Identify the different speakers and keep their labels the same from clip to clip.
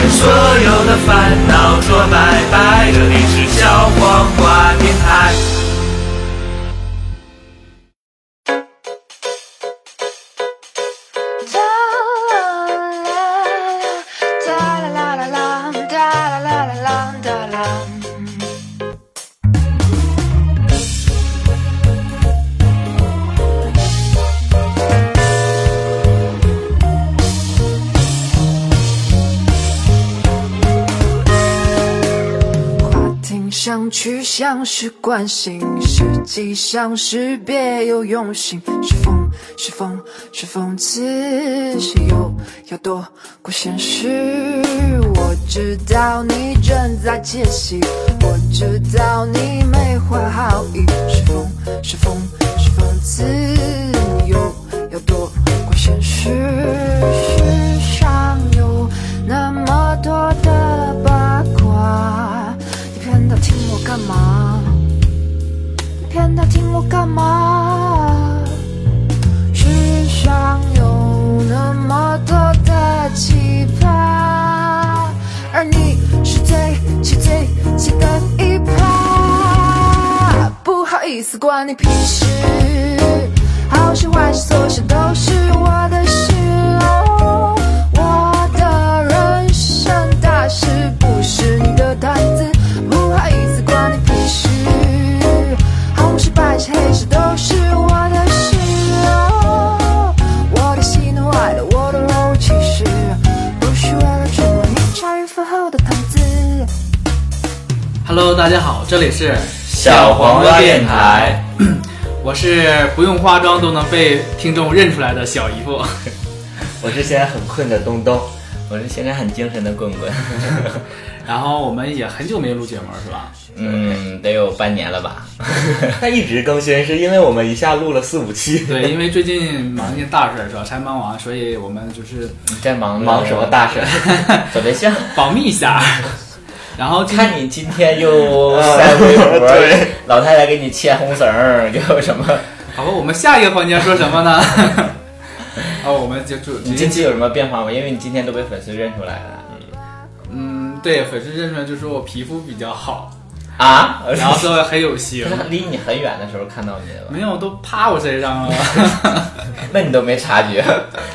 Speaker 1: 有的烦恼说拜拜，这里是小黄瓜电台。
Speaker 2: 哒啦啦啦，哒啦啦啦啦，哒啦啦啦啦，哒啦。跨听相去，像是关心，实际上是别有用心，是讽，是讽，是讽刺，是又要躲过现实。我知道你正在窃喜，我知道你没怀好意，是讽，是讽，是讽刺，你又要躲过现实。世上有那么多的八卦，你偏要听我干嘛？你偏要听我干嘛？世上有那么多的奇葩，而你是最最最最的一趴。不好意思，关你屁事，好事坏事错事都是我的事哦。我的人生大事不是你的谈资，不好意思，关你屁事。红事白事黑事都是我的事哦，我的喜怒哀乐，我的若无其事，不是为了成为你茶余饭后的谈资。
Speaker 3: Hello，大家好，这里是
Speaker 1: 小黄瓜电台，
Speaker 3: 我是不用化妆都能被听众认出来的小姨 夫。
Speaker 4: 我是现在很困的东东，我是现在很精神的棍 棍，
Speaker 3: 然后我们也很久没录节目了，是吧？
Speaker 4: 嗯，得有半年了吧？ 他一直更新，是因为我们一下录了四五期。
Speaker 3: 对，因为最近忙一件大事儿，是吧？拆盲王，所以我们就是
Speaker 4: 你在忙
Speaker 3: 忙
Speaker 4: 忙
Speaker 3: 什
Speaker 4: 什
Speaker 3: 么
Speaker 4: 么 大事？怎么像？
Speaker 3: 保密一 下。然后今
Speaker 4: 看你今天 又晒微博，
Speaker 1: 对，
Speaker 4: 老太太给你牵红绳儿，又什 么？
Speaker 3: 好吧，我们下一个环节说什么 呢？哦，我们就就
Speaker 4: 你
Speaker 3: 直
Speaker 4: 近期
Speaker 3: 接
Speaker 4: 有什么变化吗？因为你今天都被粉丝认出来了。
Speaker 3: 嗯，对，粉丝认出来就说我皮肤比较 好，
Speaker 4: 啊，
Speaker 3: 然后说很有型
Speaker 4: 他，是离你很远的时候看到你的吧？
Speaker 3: 没有都趴我身上了，
Speaker 4: 那你都没察觉，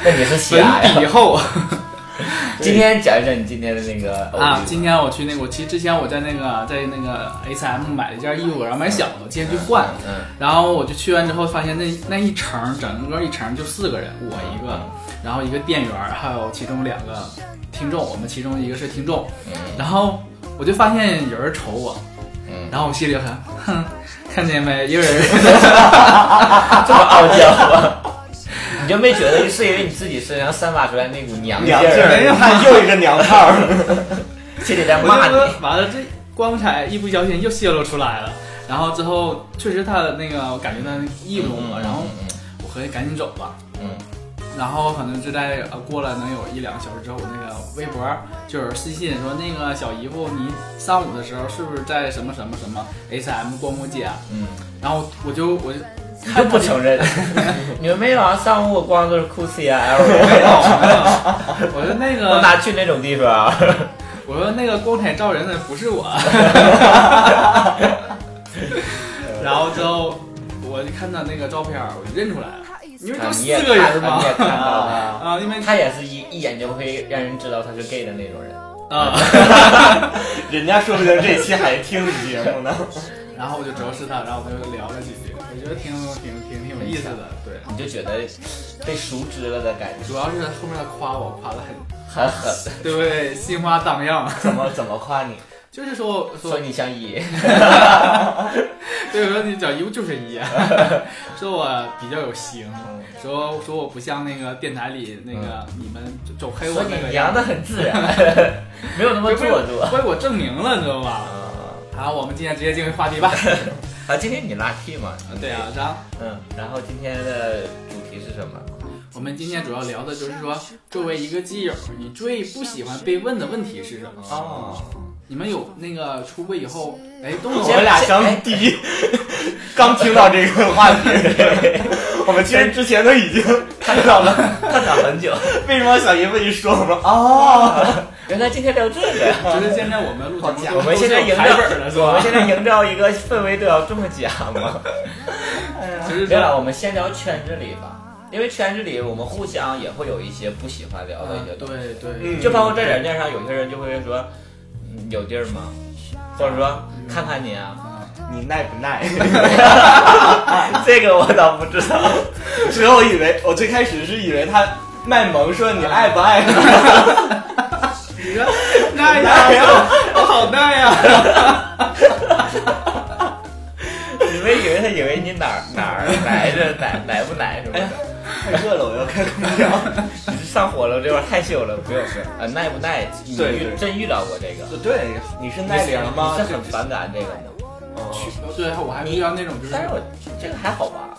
Speaker 4: 那你是
Speaker 3: 粉
Speaker 4: 瞎
Speaker 3: 底
Speaker 4: 呀？
Speaker 3: 厚。
Speaker 4: 今天讲一讲你今天的那个偶遇
Speaker 3: 啊
Speaker 4: 吧，
Speaker 3: 今天我去那个，我其实之前我在那个在那个 H M 买了一件衣服，然后买小的，今天去换，
Speaker 4: 嗯，
Speaker 3: 然后我就去完之后发现那那一层整个一层就四个人，我一个，然后一个店员，还有其中两个听众，我们其中一个是听众，然后我就发现有人瞅我，
Speaker 4: 嗯
Speaker 3: 然后我心里很，哼，看见没，一个人
Speaker 4: 啊这么傲娇吗？你就没觉得是因为你自己身上散发出来那股娘劲
Speaker 1: 娘
Speaker 4: 儿，
Speaker 3: 没有
Speaker 1: 儿，看啊又一个娘炮儿。
Speaker 4: 心里在
Speaker 3: 我
Speaker 4: 骂
Speaker 3: 就
Speaker 4: 你
Speaker 3: 说完了，这光彩一不小心又泄露出来了。然后之后，确实他的那个我感觉到那个易容了，然后我合计赶紧走吧。
Speaker 4: 嗯，
Speaker 3: 然后可能就在呃过了能有一两个小时之后，我那个微博就有人私信说，那个小姨夫，你上午的时候是不是在什么什么什么 H M 逛过街啊？
Speaker 4: 嗯，
Speaker 3: 然后我就我就
Speaker 4: 你就不承认，你们没有啊？上午我逛的都是 Gucci 啊
Speaker 3: 没有没
Speaker 4: ，LV，
Speaker 3: 有，我说那
Speaker 4: 我
Speaker 3: 个
Speaker 4: 哪去那种地方啊？
Speaker 3: 我说那个光彩照人的不是我， 然后之后我就看到那个照片儿，我就认出来了，因为
Speaker 4: 啊
Speaker 3: 就
Speaker 4: 你
Speaker 3: 四
Speaker 4: 也
Speaker 3: 个人
Speaker 4: 看
Speaker 3: 嘛
Speaker 4: 你也看到了，
Speaker 3: 啊，因为
Speaker 4: 他也是一一眼就会让人知道他是 gay 的那种人。
Speaker 3: 啊。
Speaker 1: 人家说不定这期还听你节目呢。
Speaker 3: 然后我就主要是他，然后我们就聊了几句，我觉得挺挺挺挺有意思的。对，
Speaker 4: 你就觉得被熟知了的感觉，
Speaker 3: 主要是后面他夸我，夸的很，
Speaker 4: 很狠。
Speaker 3: 对不对？心花荡漾，
Speaker 4: 怎么怎么夸你？
Speaker 3: 就是说
Speaker 4: 说
Speaker 3: 说，
Speaker 4: 你像一，
Speaker 3: 对，说你脚衣服就是一样， 说我比较有型，
Speaker 4: 嗯
Speaker 3: 说说我不像那个电台里那个你们走黑
Speaker 4: 说
Speaker 3: 我那
Speaker 4: 嗯 你
Speaker 3: 个
Speaker 4: 娘
Speaker 3: 样子，
Speaker 4: 的很自然，没有那么
Speaker 3: 就被
Speaker 4: 做
Speaker 3: 我
Speaker 4: 作。
Speaker 3: 被我证明了，你知道吧？
Speaker 4: 啊。
Speaker 3: 好，我们今天直接进入话 题吧。
Speaker 4: 啊，今天你拉 T 嘛？
Speaker 3: 对啊，然后
Speaker 4: 嗯，然后今天的主题是什么？
Speaker 3: 我们今天主要聊的就是说，作为一个基友，你最不喜欢被问的问题是什么？
Speaker 4: 哦，
Speaker 3: 你们有那个出柜以后，哎，都
Speaker 1: 我
Speaker 3: 有
Speaker 1: 们俩相第一，刚听到这个话题，我们其实之前都已经看到了。
Speaker 4: 哎探讨很久，啊
Speaker 1: 为什么小姨夫一说，我说哦，
Speaker 4: 原来今天聊这个呀。
Speaker 3: 就是现在我们录节目，
Speaker 4: 我们现在营
Speaker 3: 台本了是
Speaker 4: 造，
Speaker 3: 吧
Speaker 4: 我们？现在营造一个氛围都要中奖吗？
Speaker 3: 其实
Speaker 4: 对
Speaker 3: 是
Speaker 4: 了，我们先聊圈子里吧，因为圈子里我们互相也会有一些不喜欢聊的一些东西，
Speaker 3: 呃对对，
Speaker 1: 嗯
Speaker 4: 就包括在软件上，有些人就会说，嗯有地儿吗？或者说看看你啊，
Speaker 1: 嗯你耐 不耐？
Speaker 4: 这个我倒不知道。
Speaker 1: 只有以为我最开始是以为他卖萌说你爱不爱我，
Speaker 3: 你说那 呀，我好耐呀！
Speaker 4: 你们以为他以为你哪儿哪儿来 着，哪来不来什么的？
Speaker 1: 哎太热了，我要开空调。
Speaker 4: 你上火了，这会儿害羞了，不用说。呃，耐不耐？你
Speaker 1: 对
Speaker 4: 遇
Speaker 1: 对
Speaker 4: 真遇到过这个？
Speaker 1: 对，你是耐凉吗？
Speaker 4: 你是很反感这个吗？
Speaker 3: 对，我还遇到那种就是
Speaker 4: 但是我这个还好吧。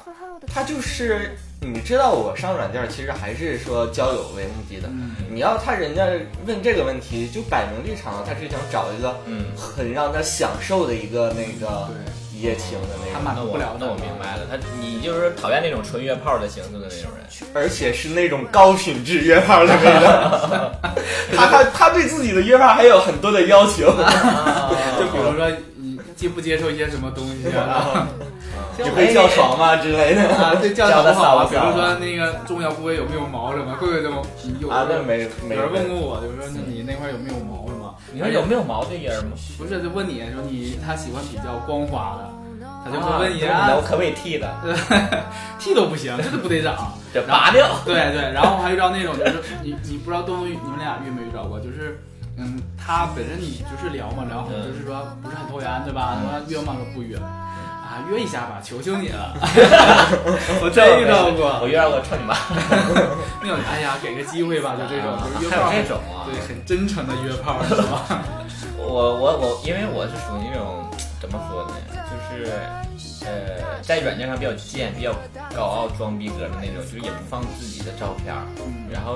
Speaker 1: 他就是，你知道我上软件其实还是说交友为目的的。
Speaker 3: 嗯
Speaker 1: 你要他人家问这个问题，就摆明立场了，他是想找一个
Speaker 4: 嗯
Speaker 1: 很让他享受的一个那个一夜情的那
Speaker 3: 他
Speaker 1: 个，
Speaker 3: 满
Speaker 4: 那
Speaker 3: 足不
Speaker 4: 我
Speaker 3: 了的
Speaker 4: 那我明白了，他你就是讨厌那种纯约炮的形式的那种人。
Speaker 1: 而且是那种高品质约炮的那个。 他他他对自己的约炮还有很多的要 求。
Speaker 3: 嗯
Speaker 4: 哦
Speaker 3: 就比如说你接不接受一些什么东西 啊，
Speaker 1: 你会叫床吗之类的？
Speaker 3: 啊，对教
Speaker 4: 教
Speaker 3: 导
Speaker 4: 得
Speaker 3: 不好啊，
Speaker 4: 少不
Speaker 3: 比如
Speaker 4: 少
Speaker 3: 说那个重要部位有没有毛什么，会不会这么有
Speaker 1: 啊， 那没没
Speaker 3: 有人问过我，就是说那你那块有没有毛什么？
Speaker 4: 你说有没有毛这人吗？
Speaker 3: 不是就问你说你他喜欢比较光滑的，他就
Speaker 4: 啊
Speaker 3: 会问你
Speaker 4: 那我
Speaker 3: 啊，
Speaker 4: 可不可以剃的？
Speaker 3: 剃都不行， 这都不得长。
Speaker 4: 这拔掉。
Speaker 3: 对对，然后还遇到那种就是你你不知道东东你们俩遇没遇到过，就是嗯，他本身你就是聊嘛，聊
Speaker 4: 嗯
Speaker 3: 就是说不是很投缘，对吧？那约吗？不约啊，约一下吧，求求你 了。我真遇到
Speaker 4: 我
Speaker 3: 过
Speaker 4: 遇到过操你妈！
Speaker 3: 那种，哎呀，给个机会吧，就这种，就是约
Speaker 4: 还有
Speaker 3: 炮，
Speaker 4: 这种啊？
Speaker 3: 对，很真诚的约炮，是 吧？
Speaker 4: 我我我，因为我是属于那种怎么说呢，就是呃，在软件上比较贱、比较高傲、装逼格的那种，就是也不放自己的照片儿，
Speaker 3: 嗯
Speaker 4: 然后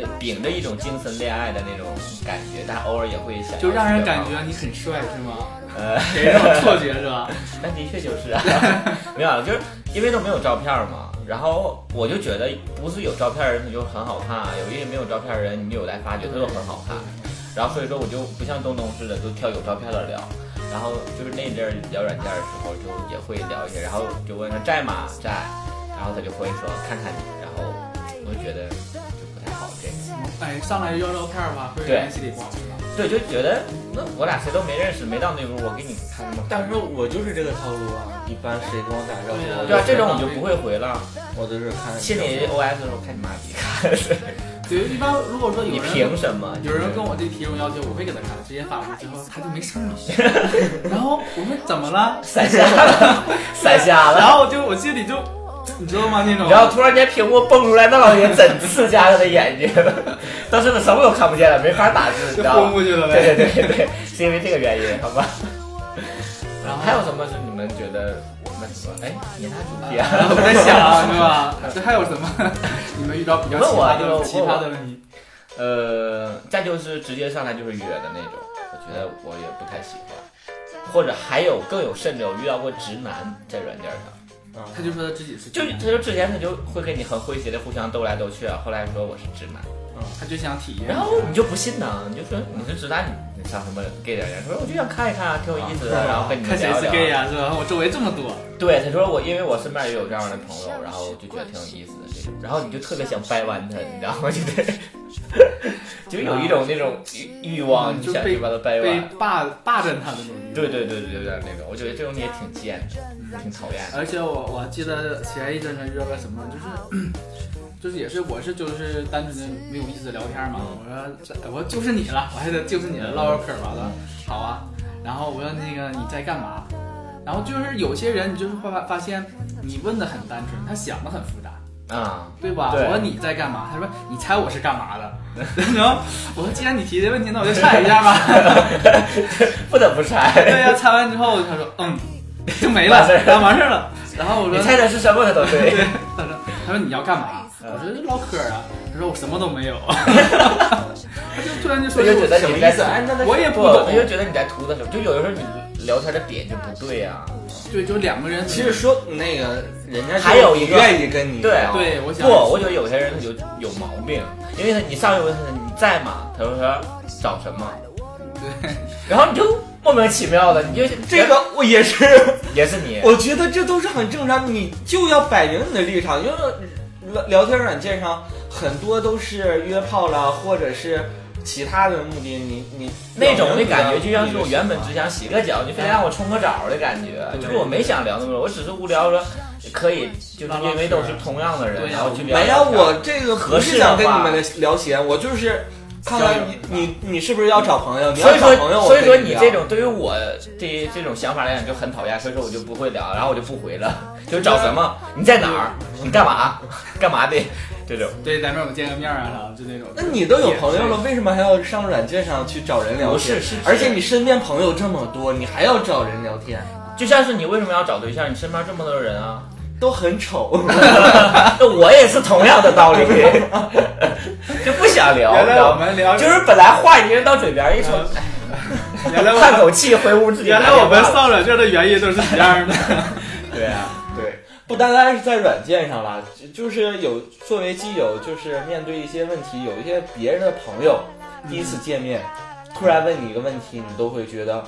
Speaker 4: 呃，秉着一种精神恋爱的那种感觉，但偶尔也会想要
Speaker 3: 就让人
Speaker 4: 去聊
Speaker 3: 感
Speaker 4: 聊
Speaker 3: 觉你很帅，是吗？
Speaker 4: 呃，
Speaker 3: 给人这种错觉，是吧？
Speaker 4: 但的确就是啊， 没有啊，就是因为都没有照片嘛。然后我就觉得，不是有照片的人他就很好看啊，有一些没有照片的人，你有来发觉他都很好看。然后所以说我就不像东东似的，都挑有照片的聊。然后就是那阵儿聊软件的时候，就也会聊一些，然后就问他在吗，在，然后他就会说看看你，然后我就觉得就不太好这个。
Speaker 3: 哎，上来要照片吧，会
Speaker 4: 对
Speaker 3: 让人心里不好受。
Speaker 4: 对，就觉得那我俩谁都没认识，没到那步，我给你看那么好看
Speaker 1: 但是我就是这个套路啊，一般谁跟我打招
Speaker 3: 对啊
Speaker 4: 对
Speaker 1: 呼，我就
Speaker 4: 啊，这种我就不会回了。
Speaker 1: 我都是看
Speaker 4: 心里 OS 说看你妈逼，看
Speaker 3: 对，一般如果说有
Speaker 4: 你
Speaker 3: 人
Speaker 4: 凭什么？
Speaker 3: 有人跟我这提这种要求，我会给他看，直接发过去之后他就没声 了。然后我说怎么了？
Speaker 4: 闪瞎了，闪瞎
Speaker 3: 然
Speaker 4: 了。
Speaker 3: 后就我心里就，你知道吗？那种，
Speaker 4: 然后突然间屏幕蹦出来那老爷真刺瞎他的眼睛，当时他什么都看不见了，没法打字，你知
Speaker 3: 就
Speaker 4: 道
Speaker 3: 昏
Speaker 4: 吗
Speaker 3: 过？去了呗。
Speaker 4: 对对对对，是因为这个原因，好吧？
Speaker 3: 然后
Speaker 4: 还有什么是你们觉得那什么？哎，你拿主题啊？
Speaker 3: 然后我在想，是 吧？这还有什么？ 你们遇到比较奇葩
Speaker 4: 问我
Speaker 3: 的
Speaker 4: 啊
Speaker 3: 奇葩的问题？
Speaker 4: 呃，再就是直接上来就是约的那种，我觉得我也不太喜欢。或者还有更有甚者，我遇到过直男在软件上。
Speaker 3: 他就说他自己是
Speaker 4: 就
Speaker 3: 直男
Speaker 4: 他就之前他就会跟你很诙谐的互相斗来斗去啊，后来说我是直男，
Speaker 3: 嗯他就想体验。
Speaker 4: 然后你就不信呢，你就说你是直男，你你上什么 gay 点人？他说我就想看一看啊，挺有意思的，然后跟你
Speaker 3: 看
Speaker 4: 们
Speaker 3: 谁
Speaker 4: 聊
Speaker 3: 是 gay 啊
Speaker 4: 聊。
Speaker 3: 呀，是吧？我周围这么多，
Speaker 4: 对，他说我因为我身边也有这样的朋友，然后我就觉得挺有意思的这种，然后你就特别想掰弯他，你知道吗？就得 就有一种那种欲欲望，你
Speaker 3: 嗯就
Speaker 4: 想
Speaker 3: 被
Speaker 4: 去把他掰
Speaker 3: 被
Speaker 4: 弯。
Speaker 3: 霸霸占他的那种欲望。
Speaker 4: 对对对对，有点那种，我觉得这种你也挺贱的，挺讨厌的。
Speaker 3: 而且我我记得前一阵子约个什么，就是 就是也是我是就是单纯的没有意思地聊天嘛，我说这我就是你了，我还得就是你了唠唠嗑完了，好啊，然后我说那个你在干嘛？然后就是有些人你就是会发发现你问的很单纯，他想的很复杂。
Speaker 4: 啊、
Speaker 3: 对吧？
Speaker 4: 对
Speaker 3: 我说你在干嘛？他说你猜我是干嘛的。 然后我说既然你提这问题，那我就猜一下 吧。
Speaker 4: 不得不
Speaker 3: 对
Speaker 4: 猜，
Speaker 3: 呀、猜完之后他说嗯，就没了
Speaker 4: 完事儿，
Speaker 3: 然后完事儿了。然后我说
Speaker 4: 你猜的是什么他都对。
Speaker 3: 对，他说他说你要干嘛？我说就唠嗑啊。他说我什么都没有。他就突然就
Speaker 4: 我
Speaker 3: 说
Speaker 4: 就觉得
Speaker 3: 什么
Speaker 4: 你
Speaker 3: 意
Speaker 4: 在哎
Speaker 3: 思？我也不
Speaker 4: 我哎就
Speaker 3: 懂。
Speaker 4: 觉得你在图的什么，就有的时候你聊天的点就不对啊。
Speaker 3: 对，就两个人。
Speaker 1: 其实说那个人家
Speaker 4: 还有一个
Speaker 1: 愿意跟你
Speaker 4: 对
Speaker 1: 聊
Speaker 3: 对我想
Speaker 4: 不，我觉得有些人他就有毛病，因为他你上一回他你在吗？他说找什么？然后你就莫名其妙的，你就
Speaker 1: 这个我也是，
Speaker 4: 也是你，
Speaker 1: 我觉得这都是很正常，你就要摆明你的立场，因为聊聊天软件上很多都是约炮了，或者是其他的目的，你你
Speaker 4: 那种的
Speaker 1: 表
Speaker 4: 感
Speaker 1: 明
Speaker 4: 觉
Speaker 1: 你的
Speaker 4: 就像是我原本
Speaker 1: 立
Speaker 4: 只想洗个脚，你非得让我冲个澡的感觉，
Speaker 1: 对
Speaker 4: 就是我没想聊那么多，我只是无聊说可以，就是因为都是同样的人，
Speaker 3: 对呀
Speaker 4: 然后去
Speaker 1: 场
Speaker 4: 聊
Speaker 1: 没
Speaker 4: 聊
Speaker 1: 有，
Speaker 4: 天。
Speaker 1: 我这个不是想跟你们聊闲，我就是看
Speaker 4: 交
Speaker 1: 看
Speaker 4: 友
Speaker 1: 你你你是不是要找朋友，你
Speaker 4: 所
Speaker 1: 要
Speaker 4: 以
Speaker 1: 找朋友，
Speaker 4: 说，
Speaker 1: 我
Speaker 4: 所以说
Speaker 1: 跟
Speaker 4: 你
Speaker 1: 聊
Speaker 4: 这种对于我这这种想法来讲就很讨厌，所以说我就不会聊，然后我就不回了，就是找什么，你在哪儿，你干嘛，干嘛的这种。
Speaker 3: 对，咱们我见个面啊啥的，就那种。
Speaker 1: 那你都有朋友了，为什么还要上软件上去找人聊
Speaker 4: 不
Speaker 1: 天？
Speaker 4: 是是
Speaker 1: 而且你身边朋友这么多，你还要找人聊天，
Speaker 4: 就像是你为什么要找对象？你身边这么多人啊，
Speaker 1: 都很丑。
Speaker 4: 那我也是同样的道理， 就不想聊，
Speaker 3: 原
Speaker 4: 你
Speaker 3: 来
Speaker 4: 知道
Speaker 3: 我
Speaker 4: 吗
Speaker 3: 们聊，
Speaker 4: 就是本来话已经到嘴边，一说
Speaker 3: 原来
Speaker 4: 叹
Speaker 3: 我
Speaker 4: 口气回屋自己
Speaker 3: 原
Speaker 4: 打
Speaker 3: 来
Speaker 4: 电话。
Speaker 3: 我们上软件的原因都是一样的。
Speaker 4: 对啊，
Speaker 1: 对，不单单是在软件上啦，就就是有作为基友，就是面对一些问题，有一些别人的朋友第一次见面，突然问你一个问题，你都会觉得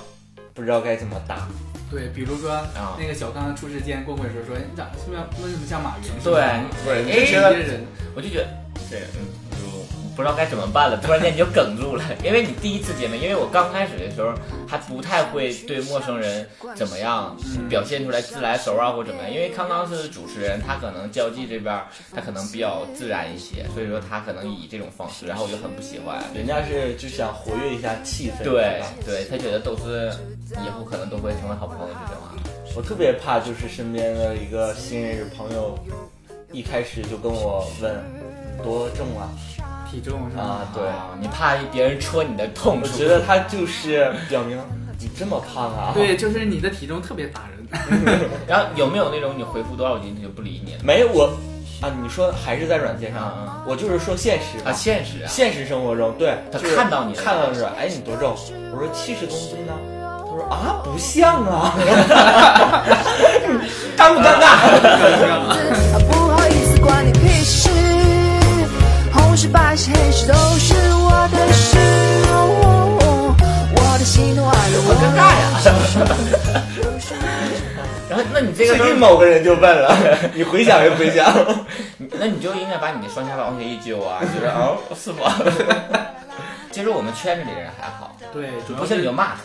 Speaker 1: 不知道该怎么答。
Speaker 3: 对，比如说、
Speaker 4: 啊
Speaker 3: 那个小刚出事件，棍棍说说你咋是不是为什么像马云？
Speaker 4: 对，哎
Speaker 1: 不是，
Speaker 4: 嗯你就
Speaker 3: 一
Speaker 4: 觉
Speaker 3: 些
Speaker 4: 得
Speaker 3: 人
Speaker 4: 我就觉得对，嗯，就不知道该怎么 办了。突然间你就哽住了，因为你第一次见面，因为我刚开始的时候还不太会对陌生人怎么样表现出来自来熟啊或怎么样，因为康康是主持人，他可能交际这边儿他可能比较自然一些，所以说他可能以这种方式，然后我就很不喜欢。
Speaker 1: 人家是就想活跃一下气氛。
Speaker 4: 对对，他觉得都是以后可能都会成为好朋友这种啊。
Speaker 1: 我特别怕就是身边的一个新认识朋友，一开始就跟我问多重 啊
Speaker 3: 体重是吧？
Speaker 1: 啊，对，
Speaker 4: 啊你怕别人戳你的痛
Speaker 1: 我
Speaker 4: 处，
Speaker 1: 觉得他就是表明你这么胖啊，
Speaker 3: 对，，就是你的体重特别打人。
Speaker 4: 然后有没有那种你回复多少斤他就不理你了
Speaker 1: 没我啊，你说还是在软件上，
Speaker 4: 啊
Speaker 1: 我就是说现实吧
Speaker 4: 啊？现实啊。
Speaker 1: 现实生活中，对，
Speaker 4: 他
Speaker 1: 就是
Speaker 4: 看到你了
Speaker 1: 看到是吧，哎，你多重？我说七十公斤呢。他说啊，不像啊， 尴不尴尬？
Speaker 2: 啊，不好意思，关你屁事。红是白是黑是都是我的事。哦我的喜怒哀乐，我尴尬呀。
Speaker 4: 然后，那你这个
Speaker 1: 最
Speaker 4: 时
Speaker 1: 近
Speaker 4: 候
Speaker 1: 某个人就问了，你回想没回 想？
Speaker 4: 那你就应该把你的双下巴往下一揪啊，觉得哦是吗？ 其实我们圈子里人还好，
Speaker 3: 对，主要
Speaker 4: 不信你就骂他。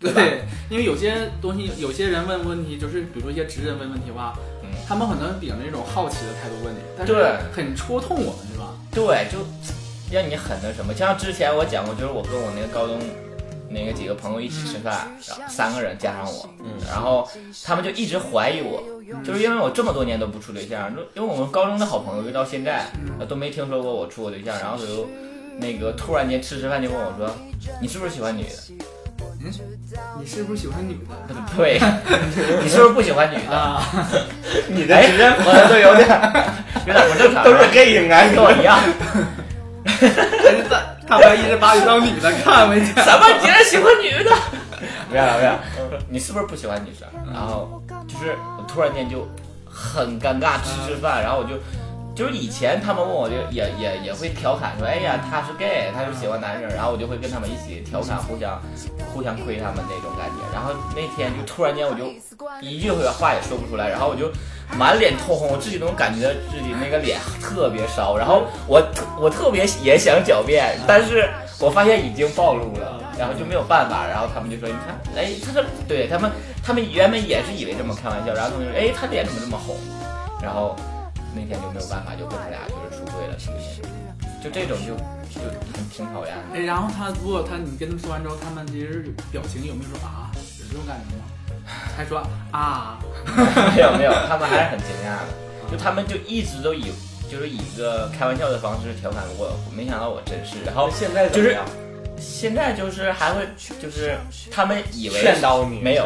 Speaker 3: 对，因为有些东西，有些人问问题，就是比如说一些直人问问题吧，
Speaker 4: 嗯
Speaker 3: 他们可能秉着一种好奇的态度问你，但是
Speaker 4: 对
Speaker 3: 很戳痛我们，是吧？
Speaker 4: 对，就让你很那什么。像之前我讲过，就是我跟我那个高中那个几个朋友一起吃饭，然后三个人加上我，
Speaker 1: 嗯
Speaker 4: 然后他们就一直怀疑我，就是因为我这么多年都不处对象，就因为我们高中的好朋友就到现在呃都没听说过我处过对象，然后就那个突然间吃吃饭就问我说，你是不是喜欢女的？
Speaker 3: 你是不是喜欢女的
Speaker 4: 对， 你是不是不喜欢女的？
Speaker 3: 啊？
Speaker 1: 你的直接朋友都有点
Speaker 4: 哎 有点不正常，
Speaker 1: 都是 gay 应该
Speaker 4: 跟我一样。
Speaker 3: 还是在他们一直把你当女的看为假？
Speaker 4: 什么？你竟然喜欢女的？没有没有，你是不是不喜欢女生？
Speaker 1: 嗯
Speaker 4: 然后就是我突然间就很尴尬，吃吃饭，然后我就。就是以前他们问我就也也也会调侃说，哎呀，他是 gay，他是喜欢男生，然后我就会跟他们一起调侃，互相互相亏他们那种感觉。然后那天就突然间我就一句话也说不出来，然后我就满脸通红，我自己都能感觉自己那个脸特别烧，然后我特我特别也想狡辩，但是我发现已经暴露了，然后就没有办法，然后他们就说，你看，哎，他这对他们他们原本也是以为这么开玩笑，然后他们就说，哎，他脸怎么这么红？然后那天就没有办法，就跟他俩就是出柜了，是不是？就这种就就很挺讨厌
Speaker 3: 哎，
Speaker 4: 的，
Speaker 3: 然后他如果他你跟他们说完之后，他们其实有表情有没有说啊？有这种感觉吗？还说啊？
Speaker 4: 没有没有，他们还是很惊讶的，就他们就一直都以就是以一个开玩笑的方式调侃我，没想到我真是，然后
Speaker 1: 现在怎么样
Speaker 4: 现在就是还会就是他们以为
Speaker 1: 劝导你
Speaker 4: 没有，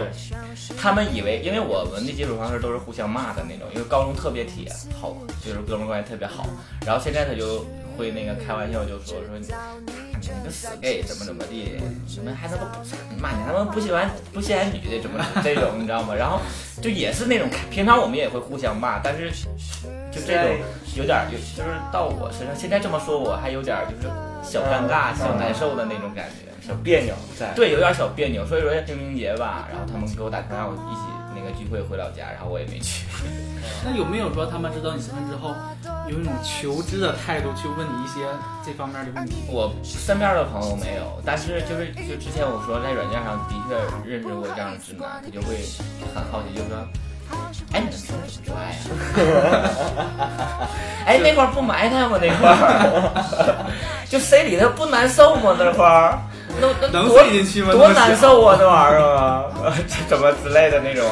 Speaker 4: 他们以为因为我们的接触方式都是互相骂的那种，因为高中特别铁，好就是哥们儿关系特别好，然后现在他就会那个开玩笑就说说你你个死 gay 怎么怎么地，你们还他妈不骂你还他妈不喜欢不喜欢女的怎么怎么这种你知道吗？然后就也是那种平常我们也会互相骂，但是就这种有点儿有就是到我身上现在这么说我还有点儿就是小尴尬、小难受的那种感觉，小
Speaker 1: 别扭在。
Speaker 4: 对，有点小别扭。所以说清明节吧，然后他们给我打电话，让我一起那个聚会回老家，然后我也没去。
Speaker 3: 那有没有说他们知道你身份之后，有一种求知的态度去问你一些这方面的问题？
Speaker 4: 我身边的朋友没有，但是就是就之前我说在软件上的确认识过这样的直男，他就会很好奇，就说。哎，你们平时怎么爱呀？ 哎，那块儿不埋汰吗？那块儿， 就塞里头不难受吗？那块儿，那那
Speaker 3: 能
Speaker 4: 多
Speaker 3: 塞进去吗
Speaker 4: 多
Speaker 3: 那么小
Speaker 4: 难受啊！那玩意儿啊， 这怎么之类的那种，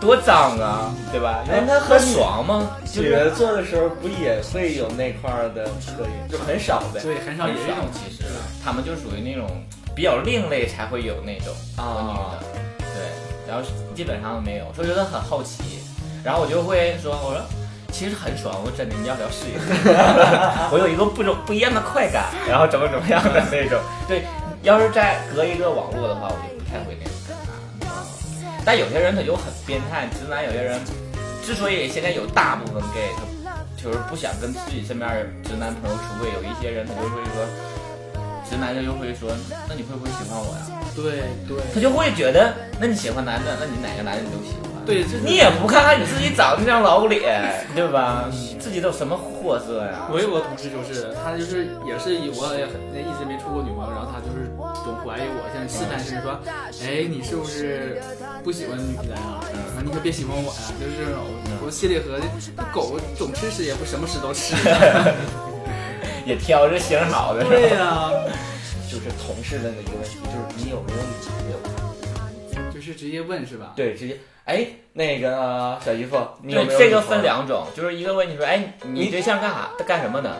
Speaker 4: 多脏啊，对吧？
Speaker 1: 哎那
Speaker 4: 那
Speaker 1: 和
Speaker 4: 很
Speaker 1: 你
Speaker 4: 爽吗？就
Speaker 1: 你
Speaker 4: 是
Speaker 1: 们做的时候不也会有那块儿的特点，就很少呗。
Speaker 3: 对，很少
Speaker 4: 很
Speaker 3: 有这
Speaker 4: 少
Speaker 3: 种，
Speaker 4: 其实他们就属于那种比较另类才会有那种
Speaker 1: 啊
Speaker 4: 和女的，对，然后基本上没有，所以觉得很好奇，然后我就会说，我说其实很爽，我真的，你要不要试一试？我有一个不种不一样的快感，然后怎么怎么样的那种，对，要是再隔一个网络的话，我就不太会那种尴尬。但有些人他就很变态，直男有些人之所以现在有大部分 gay，他就是不想跟自己身边的直男朋友出柜，有一些人他就会说，直男他就会说，那你会不会喜欢我呀？
Speaker 3: 对对
Speaker 4: 他就会觉得，那你喜欢男的，那你哪个男的你都喜欢。
Speaker 3: 对，这
Speaker 4: 你也不看看你自己长那张老脸，对吧？你自己都什么货色呀？
Speaker 3: 我有个同事就是，他就是也是我也很一直没处过女朋友，然后他就是总怀疑我，像试探性地说，哎，你是不是不喜欢女的呀、啊？你可别喜欢我呀、就是我我心里合计，那狗总吃屎也不什么屎都吃。
Speaker 4: 也挑着型好的，
Speaker 3: 对呀、
Speaker 1: 就是同事问的一个问题，就是你有没有女朋友？
Speaker 3: 就是直接问是吧？
Speaker 1: 对，直接哎，那个呃小姨夫，你有
Speaker 4: 对
Speaker 1: 没有
Speaker 4: 这个
Speaker 1: 女朋友
Speaker 4: 分，两种，就是一个问你说，哎，你对象干啥？他干什么呢？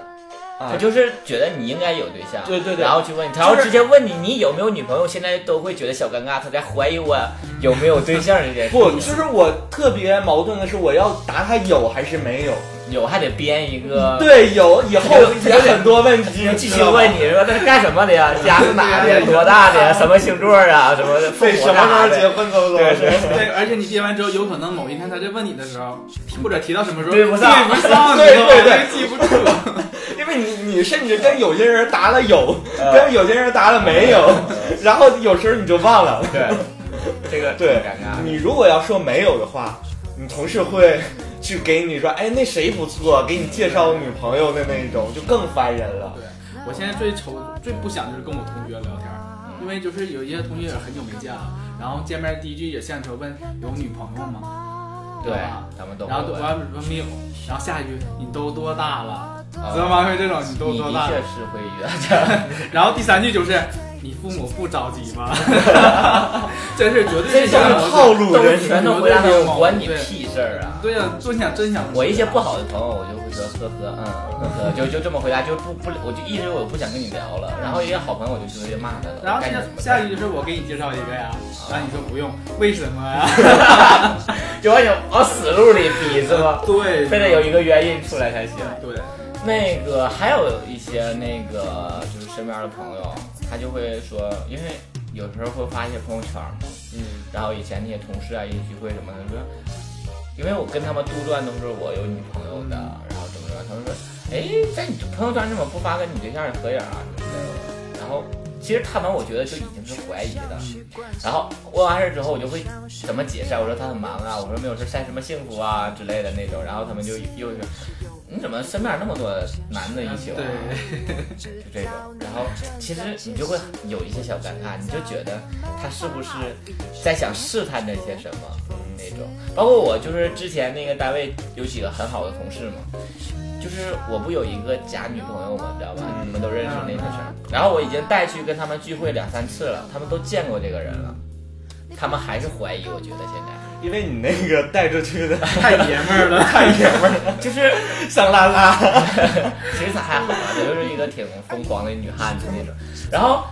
Speaker 1: 啊
Speaker 4: 他就是觉得你应该有对象，
Speaker 1: 对对对
Speaker 4: 然后去问你，他
Speaker 1: 就是
Speaker 4: 要直接问你你有没有女朋友，现在都会觉得小尴尬，他在怀疑我有没有对象这件事。
Speaker 1: 不，就是我特别矛盾的是，我要答他有还是没有？
Speaker 4: 有还得编一 个，，
Speaker 1: 对，呃有以后
Speaker 4: 这
Speaker 1: 也
Speaker 4: 个
Speaker 1: 很多问题，
Speaker 4: 继续问你说他是干什么的呀？家是哪的呀？多大的呀？什么星座啊？什么的？父
Speaker 1: 对
Speaker 4: 母
Speaker 1: 什么
Speaker 4: 啥
Speaker 1: 时候结
Speaker 4: 的？
Speaker 1: 婚怎么怎
Speaker 4: 对
Speaker 1: 么
Speaker 4: 对
Speaker 1: 着？
Speaker 3: 对，而且你编完之后，有可能某一天他在问你的时候，或者提到什么时候
Speaker 4: 对不上
Speaker 3: 对不上，你
Speaker 1: 对
Speaker 3: 知道吗
Speaker 1: 对对
Speaker 3: 这记不住。
Speaker 1: 因为你你甚至跟有些人答了有，跟有些人答了没有，然后有时候你就忘了。
Speaker 4: 对，这个
Speaker 1: 对
Speaker 4: 挺尴尬，的。
Speaker 1: 你如果要说没有的话，你同事会去给你说，哎，那谁不错，给你介绍女朋友的那一种，就更烦人了。
Speaker 3: 对，我现在最愁、最不想就是跟我同学聊天儿，因为就是有一些同学也很久没见了，然后见面第一句也献丑问有女朋友吗？
Speaker 4: 对
Speaker 3: 吧，
Speaker 4: 咱们都
Speaker 3: 然后对
Speaker 4: 会问
Speaker 3: 方说没有，然后下一句你都多大了？
Speaker 4: 哦
Speaker 3: 知道吗？会这种你都
Speaker 4: 你
Speaker 3: 多
Speaker 4: 的
Speaker 3: 大
Speaker 4: 确
Speaker 3: 了？
Speaker 4: 是会遇到这样的。
Speaker 3: 然后第三句就是你父母不着急 吗？真是绝对
Speaker 4: 这
Speaker 3: 是
Speaker 4: 种
Speaker 3: 这种
Speaker 1: 套路
Speaker 4: 都
Speaker 1: 人
Speaker 4: 全都回答我管你屁事儿啊！
Speaker 3: 对呀、真想真想
Speaker 4: 我一些不好的朋友，我就会说呵呵，嗯，呵呵，就就这么回答，就不不，我就一直我不想跟你聊了。然后一些好朋友，我就直接骂他了。
Speaker 3: 然后
Speaker 4: 该你
Speaker 3: 下
Speaker 4: 怎么
Speaker 3: 下
Speaker 4: 办
Speaker 3: 一句就是我给你介绍一个呀，然后你说不用，为什么 呀？
Speaker 4: 就往往死路里逼是吗？
Speaker 3: 对，
Speaker 4: 非得有一个原因出来才行。
Speaker 3: 对，
Speaker 4: 那个还有一些那个就是身边的朋友，他就会说，因为有时候会发一些朋友圈嘛，
Speaker 1: 嗯，
Speaker 4: 然后以前那些同事啊，一起聚会什么的，说，因为我跟他们杜撰都是我有女朋友的，然后怎么着，他们说，哎，在你朋友圈怎么不发个你对象的合影啊什么之类的，然后。其实他们我觉得就已经是怀疑的，然后问完事儿之后，我就会怎么解释啊？我说他很忙啊，我说没有事儿晒什么幸福啊之类的那种，然后他们就又是你怎么身边那么多男的一起玩啊？就这种。然后其实你就会有一些小尴尬，你就觉得他是不是在想试探着些什么那种。包括我就是之前那个单位有几个很好的同事嘛，就是我不有一个假女朋友嘛，你知道吧？你们都认识那个事儿。然后我已经带去跟他们聚会两三次了，他们都见过这个人了，他们还是怀疑。我觉得现在
Speaker 1: 因为你那个带出去的
Speaker 3: 太爷们儿了，太爷们儿了。
Speaker 4: 就是。
Speaker 1: 香辣辣，
Speaker 4: 其实她还好吧，她就是一个挺疯狂的女汉子那种。然后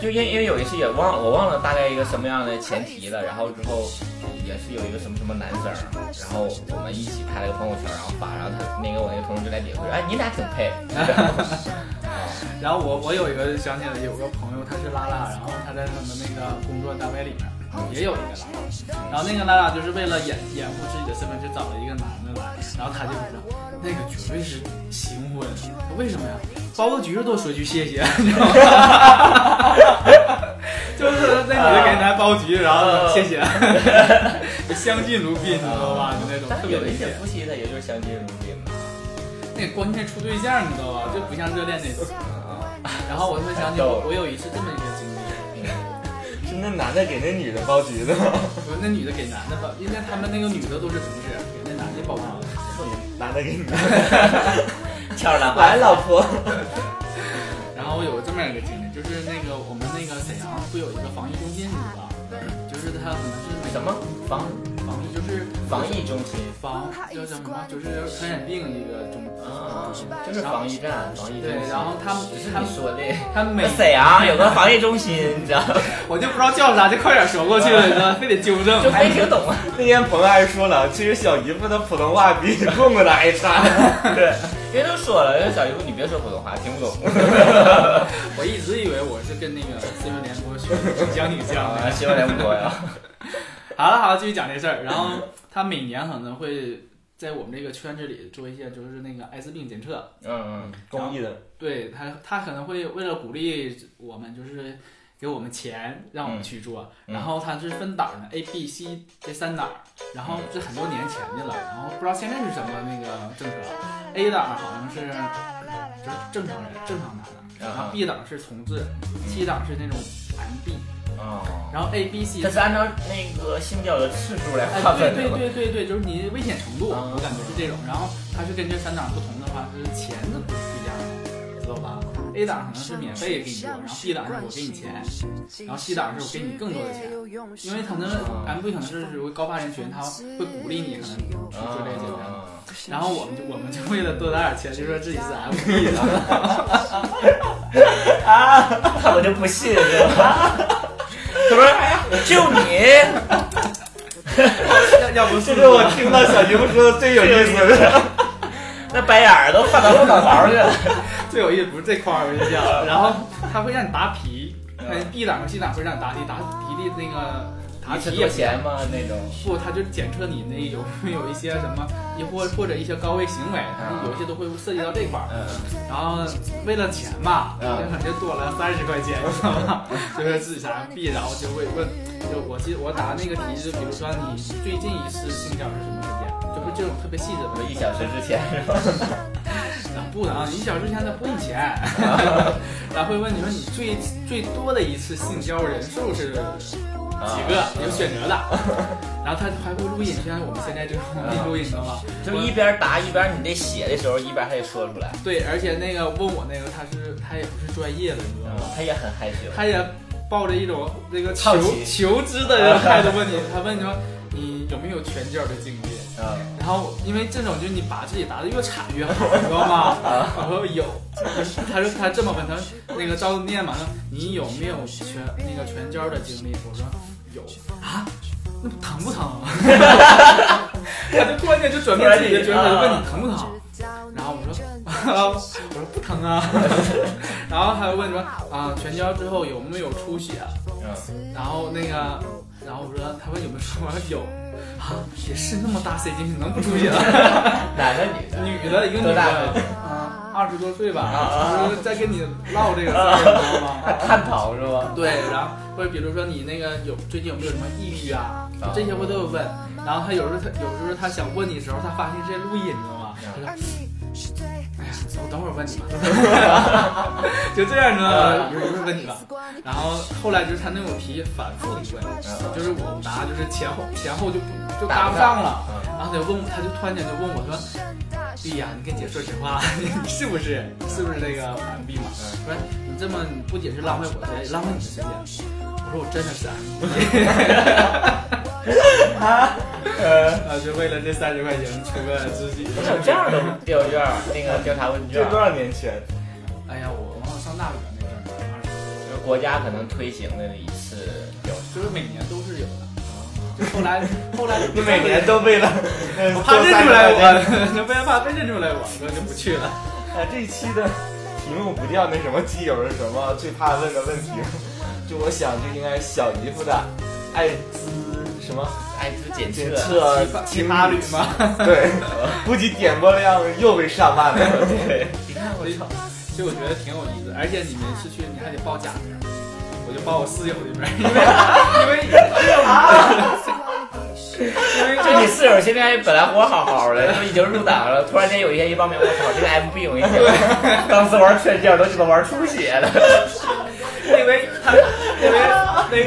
Speaker 4: 就因因为有一次也忘了我忘了大概一个什么样的前提了，然后之后也是有一个什么什么男生，然后我们一起拍了个朋友圈，然后发，然后他那个我那个同事就来底下说，哎，你俩挺 配。
Speaker 3: 然后我我有一个想起来有个朋友，他是拉拉，然后他在他们那个工作单位里面也有一个拉拉，然后那个拉拉就是为了掩掩护自己的身份，就找了一个男的来，然后他就说，那个绝对是新婚，为什么呀？包子橘子都说句谢谢，你知道吗？就是那女的给男包橘子，然后谢 谢，就相敬如宾，你知道吧？就那种
Speaker 4: 但
Speaker 3: 特
Speaker 4: 是
Speaker 3: 别
Speaker 4: 有
Speaker 3: 理
Speaker 4: 一些
Speaker 3: 解。
Speaker 4: 夫妻他也就是相敬如宾嘛。
Speaker 3: 那关键处对象，你知道吧？就不像热恋那种。然后我就想起我，我有一次这么一个经历，
Speaker 1: 是那男的给那女的包橘子吗？
Speaker 3: 我那女的给男的包，因为他们那个女的都是同事，给那男的包包。
Speaker 1: 男的给你
Speaker 4: 翘着
Speaker 1: 来
Speaker 4: 兰
Speaker 1: 老婆，
Speaker 3: 然后我有这么一个经历，就是那个我们那个沈阳不有一个防疫中心，你知道吧？就是他可能是每
Speaker 4: 什么防
Speaker 3: 防疫就是
Speaker 4: 防疫中心
Speaker 3: 防叫什么，就是传染病一个中
Speaker 4: 啊，就是防疫站、防疫中
Speaker 3: 对
Speaker 4: 心。，
Speaker 3: 然后他们
Speaker 4: 只是
Speaker 3: 他
Speaker 4: 你
Speaker 3: 们
Speaker 4: 说的，
Speaker 3: 他 每
Speaker 4: 那沈阳啊有个防疫中心，你知道 吗？
Speaker 3: 我就不知道叫啥，就快点说过去了，你知道，非得纠正。
Speaker 4: 就没听懂啊。
Speaker 1: 那天朋友还说了，其实小姨夫的普通话比你棍棍的还差。
Speaker 4: 对，人家都说了，人家小姨夫你别说普通话，听不 懂。
Speaker 3: 我一直以为我是跟那个新闻联播学的讲挺像的
Speaker 4: 啊，。新闻联播呀。
Speaker 3: 好了好了，继续讲这事儿。然
Speaker 4: 嗯
Speaker 3: 后他每年可能会在我们这个圈子里做一些就是那个艾滋病检测，
Speaker 4: 嗯
Speaker 1: 公益的，
Speaker 3: 对他，他可能会为了鼓励我们，就是给我们钱让我们去做，
Speaker 4: 嗯
Speaker 3: 然后他是分档的 A、B、C 这三档，然后这很多年前去了，然后不知道现在是什么那个政策，A 档好像是就是正常人正常男的，然
Speaker 4: 啊
Speaker 3: 后 B 档是同志，C 档是那种 MB，
Speaker 4: 嗯哦，
Speaker 3: 然后 A、B、C
Speaker 4: 这。是按照那个性交的次数来
Speaker 3: 哎，
Speaker 4: 划
Speaker 3: 对
Speaker 4: 分
Speaker 3: 对
Speaker 4: 的吗？
Speaker 3: 对对对，就是你危险程度，
Speaker 4: 啊
Speaker 3: 我感觉是这种。然后他是跟这三档不同的话，就是钱的不一样，知道吧？A 档可能是免费给你做，然后 B 档是我给你钱，
Speaker 2: 然后 C 档是我给你更多的钱，因
Speaker 3: 因
Speaker 2: 为
Speaker 3: 为
Speaker 2: 他
Speaker 3: 可
Speaker 2: 们
Speaker 3: 能
Speaker 4: 啊
Speaker 3: M V 可能是属于高发人群，他会鼓励你可能去
Speaker 4: 啊
Speaker 3: 做这些东西。
Speaker 4: 啊
Speaker 3: 然后我们就我们就为了多拿点钱，就说自己是 M V 的，
Speaker 4: 他我就不信，知道吗？ 他说：“哎呀，就 你，
Speaker 3: 要要不
Speaker 1: 这
Speaker 3: 是
Speaker 1: 是我听到小姨夫说的最有意思 的。
Speaker 4: 那白眼儿都翻到后脑勺去 了。
Speaker 3: 最有意思不是这块儿我就讲，然后他会让你答题，
Speaker 4: 啊
Speaker 3: 那 B 档和 C 档会让你答题，答题的那个答
Speaker 4: 你是
Speaker 3: 题
Speaker 4: 多
Speaker 3: 也不一样
Speaker 4: 钱吗？那种
Speaker 3: 不，他就检测你那有没有一些什么，亦或或者一些高危行为，它有一些都会涉及到这块儿。然后为了钱吧，
Speaker 4: 嗯
Speaker 3: 可能就多了三十块钱，你知道吗？就是自己啥币，然后就会问，就我记我答那个题是，比如说你最近一次性交是什么时间，就会这种特别细致的
Speaker 4: 就
Speaker 3: 问
Speaker 4: 一
Speaker 3: 题。
Speaker 4: 小时之前是吧？
Speaker 3: 啊不能，你一小时前他不给你 钱，然后会问你说你最最多的一次性交人数是几个，
Speaker 4: 啊
Speaker 3: 有选择的。 然后他还会录音，就像我们现在这种录音，你知道吗？
Speaker 4: 啊就一边答一边你得写的时候，一边还得说出来。
Speaker 3: 对，而且那个问我那个他是他也不是专业的，
Speaker 4: 嗯
Speaker 3: 你知道吗？
Speaker 4: 他也很害羞。
Speaker 3: 他也抱着一种那个
Speaker 4: 好
Speaker 3: 求
Speaker 4: 奇啊
Speaker 3: 求知的这种态度问你，他问你说你有没有拳脚的经历？
Speaker 4: 嗯，
Speaker 3: 然后因为这种就是你把自己答的越惨越好，你知道吗？我说有，他说他这么问，他说那个赵念嘛，他说你有没有全那个全交的经历？我说有啊，那疼不疼？他就突然间就转变自己的角色，就问你疼不疼？然后我说， 我说不疼啊。 然后他又问说啊，全交之后有没有出血？啊
Speaker 4: 嗯
Speaker 3: 然后那个，然后我说，他问有没有出，我说有，啊，也是那么大 C 精品，能不出 血了？
Speaker 4: 男的女的？
Speaker 3: 女的，一个女
Speaker 4: 多大
Speaker 3: 的
Speaker 4: 岁，
Speaker 3: 啊，二十多岁吧，
Speaker 4: 啊
Speaker 3: 就是在跟你唠这个事儿，你知道
Speaker 4: 还
Speaker 3: 吗？啊
Speaker 4: 探讨是吧？
Speaker 3: 对，然后或者比如说你那个有最近有没有什么抑郁啊，就这些我都有问。然后他有时候他有时候他想问你的时候，他发现这些录音，你知道吗？
Speaker 4: 啊
Speaker 3: 他说，哎呀，我等会儿问你吧， 就这样呢，一会儿一会儿问你吧。然后后来就是他那种题反复的问，就是我答就是前后前后就不就答不上了，嗯然后他就问我他就突然间就问我说，弟呀，你跟姐说实话， 你是不是是不是那个 M B 嘛？我说你这么你不仅是浪费我的时间，浪费你的时间。我说我真的是啊 M B，啊，就为了这三十块钱出卖了自己。
Speaker 4: 还有这样的调卷儿，那个调查问卷
Speaker 1: 这
Speaker 4: 儿，
Speaker 1: 多少年前？
Speaker 3: 哎呀，我往我上大学那阵儿，二十多
Speaker 4: 就是国家可能推行的一次调查。
Speaker 3: 就是每年都是有的。就后来，后来
Speaker 1: 你每年都为了
Speaker 3: 我怕认出来我，就为了怕被认出来我，我就不去了。
Speaker 1: 哎，这一期的题目不叫那什么基友是什么最怕问的问题吗，就我想这应该是小姨夫的艾滋什么
Speaker 4: 哎，就检测
Speaker 3: 检
Speaker 1: 测
Speaker 3: 奇葩奇葩旅嘛，
Speaker 1: 对，不仅点播量又被上万了。
Speaker 4: 对，你看我操，
Speaker 3: 所以我觉得挺有意思。而且你们是去，你还得报假名，我就报我室友这边，因为因为
Speaker 4: 就你室友现在本来活好好 的，就已经入党了，突然间有一天一报名，我操， 这个 M 病我跟你讲，当时玩全这样都鸡巴玩出血了。
Speaker 3: 因为他因为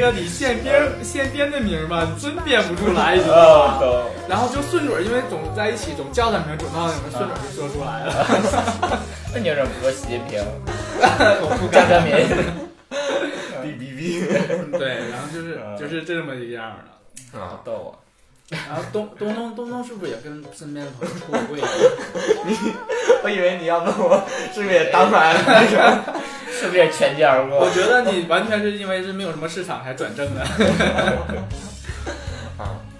Speaker 3: 那个你现编现编的名吧，你真编不出来，你知道
Speaker 4: 哦
Speaker 3: 吗？
Speaker 4: 都
Speaker 3: 然后就顺嘴，因为总在一起，总叫他名，总闹你们，顺嘴就说出来了。
Speaker 4: 那你有点不过习近平、
Speaker 3: 我不
Speaker 4: 江
Speaker 3: 敢。
Speaker 4: 泽民，
Speaker 1: 哔哔
Speaker 3: 对，然后就是就是这么一个样儿的。
Speaker 1: 哔 啊！
Speaker 4: 逗
Speaker 3: 然后东东东东东是不是也跟身边的朋友出过柜？
Speaker 1: 我以为你要问我是不是也当完了那 种，
Speaker 4: 我，是不是也全家过？
Speaker 3: 我觉得你完全是因为是没有什么市场才转正的。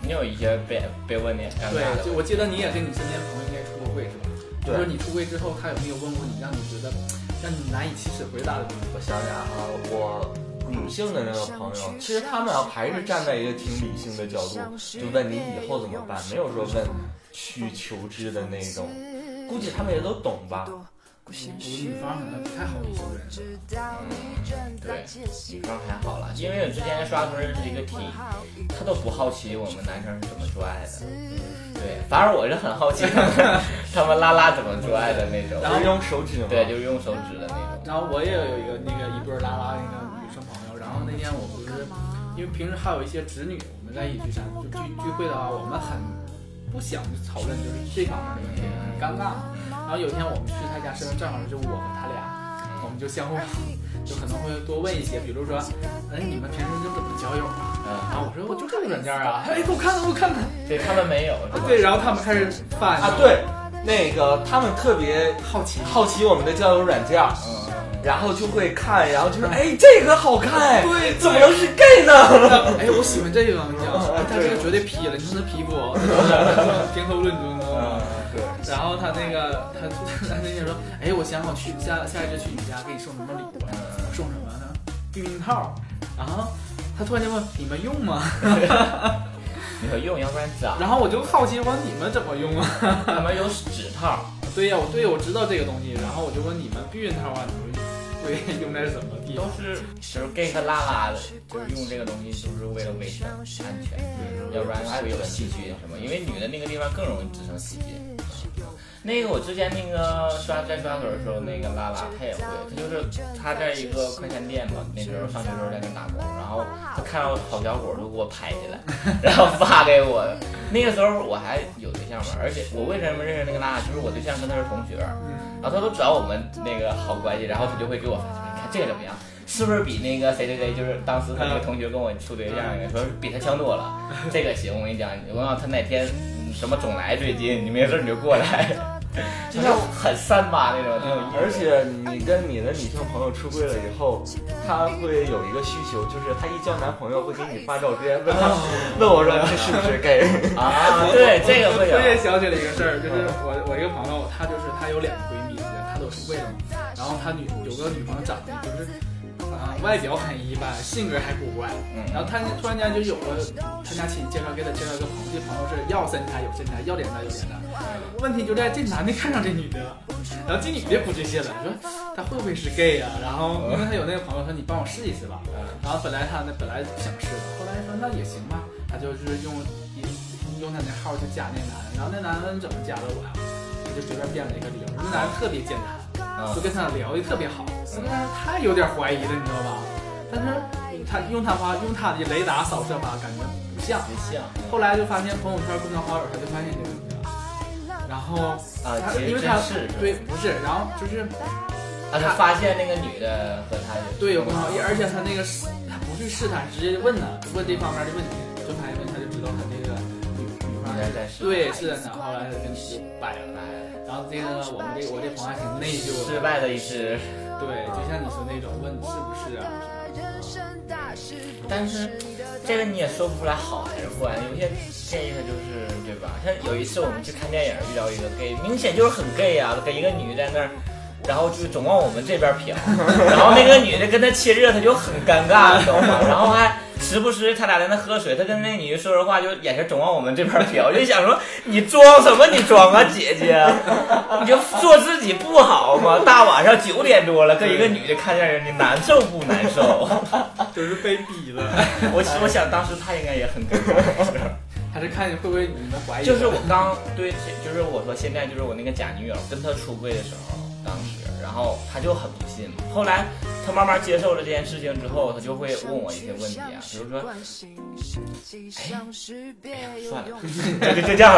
Speaker 4: 你有一些被被问的 尴尬
Speaker 3: 对，
Speaker 4: 的
Speaker 3: 就我记得你也跟你身边朋友应该出过柜是吧？
Speaker 1: 对
Speaker 3: 就是你出柜之后，他有没有问过你让你觉得让你难以启齿回答的问题？
Speaker 1: 我想想啊，我女性的那个朋友，其实他们啊还是站在一个挺理性的角度，就问你以后怎么办，没有说问去求知的那种。估计他们也都懂吧。
Speaker 3: 女方可能不太好意思问是吧。
Speaker 4: 对，女生还好啦，因为我之前刷同人是一个 T，他都不好奇我们男生是怎么做爱的，对，反而我是很好奇他们 他们拉拉怎么做爱的那种，
Speaker 1: 就是用手指吗？
Speaker 4: 对，就是用手指的那种，
Speaker 3: 然后我也有一个那个一对儿拉拉那个女生朋友，然后那天我不是因为平时还有一些侄女，我们在一起聚餐就聚聚会的话，我们很不想去讨论就是这方面的问题，很尴尬嘛。然后有一天我们去她家，身上正好是我和她俩，我们就相互就可能会多问一些，比如说，哎，你们平时都怎么交友啊？然后
Speaker 4: 嗯，
Speaker 3: 我说我就这个软件啊，哎，给我看看，给我看看。
Speaker 4: 对他们没有，是吧？
Speaker 3: 对，然后他们开始发
Speaker 1: 啊，对，那个他们特别
Speaker 3: 好奇，
Speaker 1: 好奇我们的交友软件儿，
Speaker 4: 嗯，嗯
Speaker 1: 然后就会看，然后就是哎，这个好看哎，
Speaker 3: 对
Speaker 1: 怎么能是 gay 呢？
Speaker 3: 哎，我喜欢这个，你知道吗？哎他这个绝对劈了，你看他皮肤，评头论足，你知道吗？
Speaker 1: 对，
Speaker 3: 然后他那个他 他那天说，哎，我想好去下下一次去你家给你送什么礼物呀？送什么呢？避孕套。然后他突然间问你们用吗？
Speaker 4: 没有用，要不然咋？
Speaker 3: 然后我就好奇，我说你们怎么用啊？
Speaker 4: 他们有指套，
Speaker 3: 对呀、我对呀，我知道这个东西。然后我就问你们避孕套啊，你们会用在什么地
Speaker 4: 都
Speaker 3: 方？
Speaker 4: 是就是 gay 和拉拉的，就是用这个东西就是为了卫生安全，要不然会有细菌什么，因为女的那个地方更容易滋生细菌。那个我之前那个刷在刷腿的时候，那个拉拉她也会，她就是她在一个快餐店嘛，那时候上学的时候在那打工，然后她看到好小伙儿就给我拍下来，然后发给我。那个时候我还有对象嘛，而且我为什么认识那个拉拉，就是我对象跟她是同学，
Speaker 3: 嗯
Speaker 4: 然后他都知道我们那个好关系，然后他就会给我发你看这个怎么样？是不是比那个谁谁谁，就是当时他那个同学跟我处对象那个，说比他强多了。这个行，我跟你讲，我要他哪天嗯什么总来最近，你没事你就过来，就是很三八那种，那种意思
Speaker 1: 而且你跟你的女性朋友出柜了以后，她会有一个需求，就是她一交男朋友会给你发照片，问她
Speaker 4: 哦
Speaker 1: 问我说这是不是 gay？
Speaker 4: 啊，对这个会有
Speaker 3: 我，也想起了一个事儿，就是我我一个朋友，她就是她有两个闺蜜，她都出柜了嘛。然后她女有个女朋友长得就是啊、外表很一般，性格还古怪。
Speaker 4: 嗯
Speaker 3: 然后她突然间就有了她家亲戚介绍给她介绍一个朋友，这朋友是要身材有身材，要脸蛋有脸蛋。问题就在这男的看上这女的了，然后这女的不自信了，说她会不会是 gay 啊？然后因为她有那个朋友说你帮我试一试吧。然后本来她呢本来不想试的，后来说那也行吧，她就是用用她那号去加那男的，然后那男的你怎么加的我呀？我就随便变了一个理由，那男的特别健谈。
Speaker 4: 啊
Speaker 3: 就跟他聊的特别好，但是他有点怀疑了，你知道吧？但是他用他话用他的雷达扫射吧，感觉不像。
Speaker 4: 不像
Speaker 3: 后来就发现朋友圈公众好友，他就发现这个问题了。然后
Speaker 4: 啊
Speaker 3: 他
Speaker 4: 其实
Speaker 3: 因为
Speaker 4: 真
Speaker 3: 他
Speaker 4: 是
Speaker 3: 对不是，然后就是
Speaker 4: 啊，他发现那个女的和他有
Speaker 3: 对有公众号，而且他那个试他不去试探，直接问他问这方面的问题，就发现问他就知道他这个女女方
Speaker 4: 应该在室
Speaker 3: 对是的，然后后来他跟就掰了。然后这个我们这个我这朋友还挺内疚的，
Speaker 4: 失败的一次，
Speaker 3: 对，就像你说那种问是不是啊？
Speaker 4: 嗯但是这个你也说不出来好还是坏，有些 gay 他就是对吧？像有一次我们去看电影，遇到一个 gay，明显就是很 gay 啊，跟一个女在那儿。然后就总往我们这边瞟，然后那个女的跟他亲热，他就很尴尬，你懂吗？然后还时不时他俩在那喝水，他跟那女的说说话，就眼神总往我们这边瞟，我就想说你装什么你装啊，姐姐，你就做自己不好吗？大晚上九点多了，跟一个女的看电影，你难受不难受？
Speaker 3: 就是被逼的。
Speaker 4: 我我想当时他应该也很尴尬。
Speaker 3: 还是看会不会你们怀疑？
Speaker 4: 就是我刚对，就是我说现在就是我那个假女友跟他出柜的时候，当时，然后他就很不信嘛。后来他慢慢接受了这件事情之后，他就会问我一些问题啊，比如说，算了， 就就这样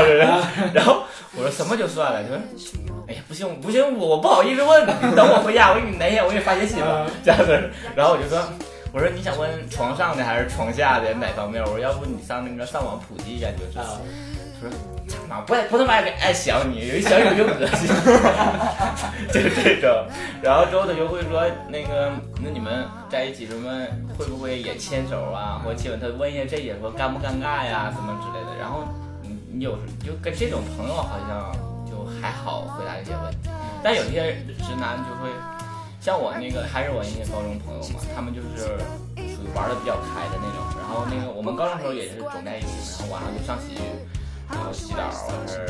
Speaker 4: 式的。 然后我说什么就算了，就说，哎呀不行不行，我我不好意思问，你等我回家，我给你哪天我给你发信息吧，这样子。然后我就说。我说你想问床上的还是床下的哪方面？我说要不你上那个上网普及一下你就知道
Speaker 3: 啊
Speaker 4: 了。他说他妈不不他妈爱爱想你，有一想你就恶心， 就是这种。然后之后他就会说那个那你们在一起什么会不会也牵手啊，或者亲吻？他问一下这些说尴不尴尬呀什么之类的。然后你你有时你就跟这种朋友好像就还好回答这些问题，但有些直男就会。像我那个还是我那些高中朋友嘛，他们就是属于玩的比较开的那种。然后那个我们高中时候也是总在一起，然后晚上就上洗浴，然后洗澡啊，是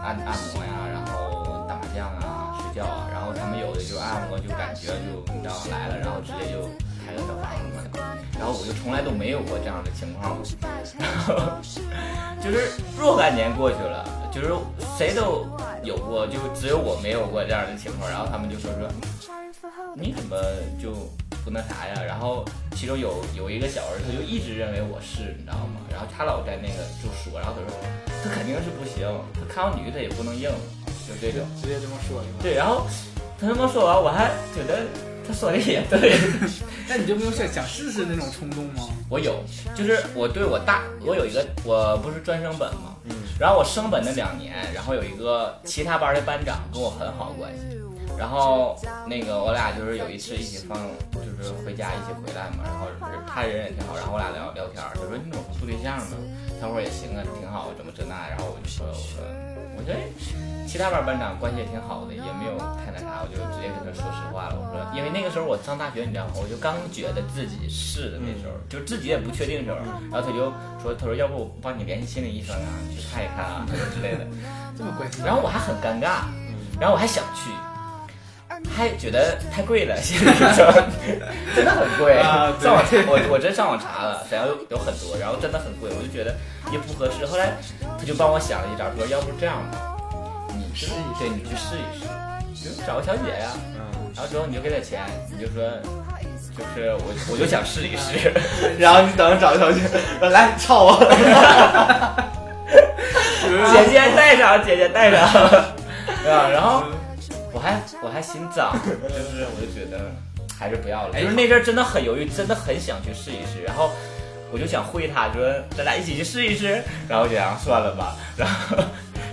Speaker 4: 按按摩呀，然后打麻将啊，睡觉啊。然后他们有的就按摩就感觉就你知道来了，然后直接就开个小房子嘛。然后我就从来都没有过这样的情况，然后就是若干年过去了，就是谁都有过，就只有我没有过这样的情况。然后他们就说说。你怎么就不那啥呀？然后其中有有一个小儿子就一直认为我是，你知道吗？然后他老在那个就说，然后他说他肯定是不行，他看到女的他也不能硬，就这种。
Speaker 3: 直接这么说是吧？
Speaker 4: 对，然后他这么说完，我还觉得他说的也对。
Speaker 3: 那你就没有想想试试那种冲动吗？
Speaker 4: 我有，就是我对我大，我有一个，我不是专升本嘛， 然后我升本那两年，然后有一个其他班的班长跟我很好关系，然后那个我俩就是有一次一起放，就是回家一起回来嘛，然后他人也挺好，然后我俩聊聊天儿，他说你怎么不处对象呢？他说也行啊，挺好，怎么这那，然后我就说我说我觉得其他班班长关系也挺好的，也没有太那啥，我就直接跟他说实话了。我说，因为那个时候我上大学，你知道吗？我就刚觉得自己是的，那时候就自己也不确定的时候，然后他就说，他说要不我帮你联系心理医生啊，你去看一看啊之类的。
Speaker 3: 这么关心？
Speaker 4: 然后我还很尴尬，
Speaker 3: 嗯
Speaker 4: 然后我还想去，还觉得太贵了，心理医生真的很贵。
Speaker 3: 啊对
Speaker 4: 上网查，我我真上网查了，沈阳有有很多，然后真的很贵，我就觉得也不合适。后来他就帮我想了一招，说要不这样吧，你试一对，你去试一试，你就找个小姐呀、
Speaker 1: 嗯，
Speaker 4: 然后之后你就给点钱，你就说。就是我，我就想试一试，然后你等着找小姐，来操我， 姐姐带上，姐姐带啊嗯上， 对吧？然后我还我还心 脏，就是我就觉得还是不要了。哎就是那阵儿真的很犹豫，真的很想去试一试，然后我就想会他，说咱俩一起去试一试，然后我就想算了吧，然后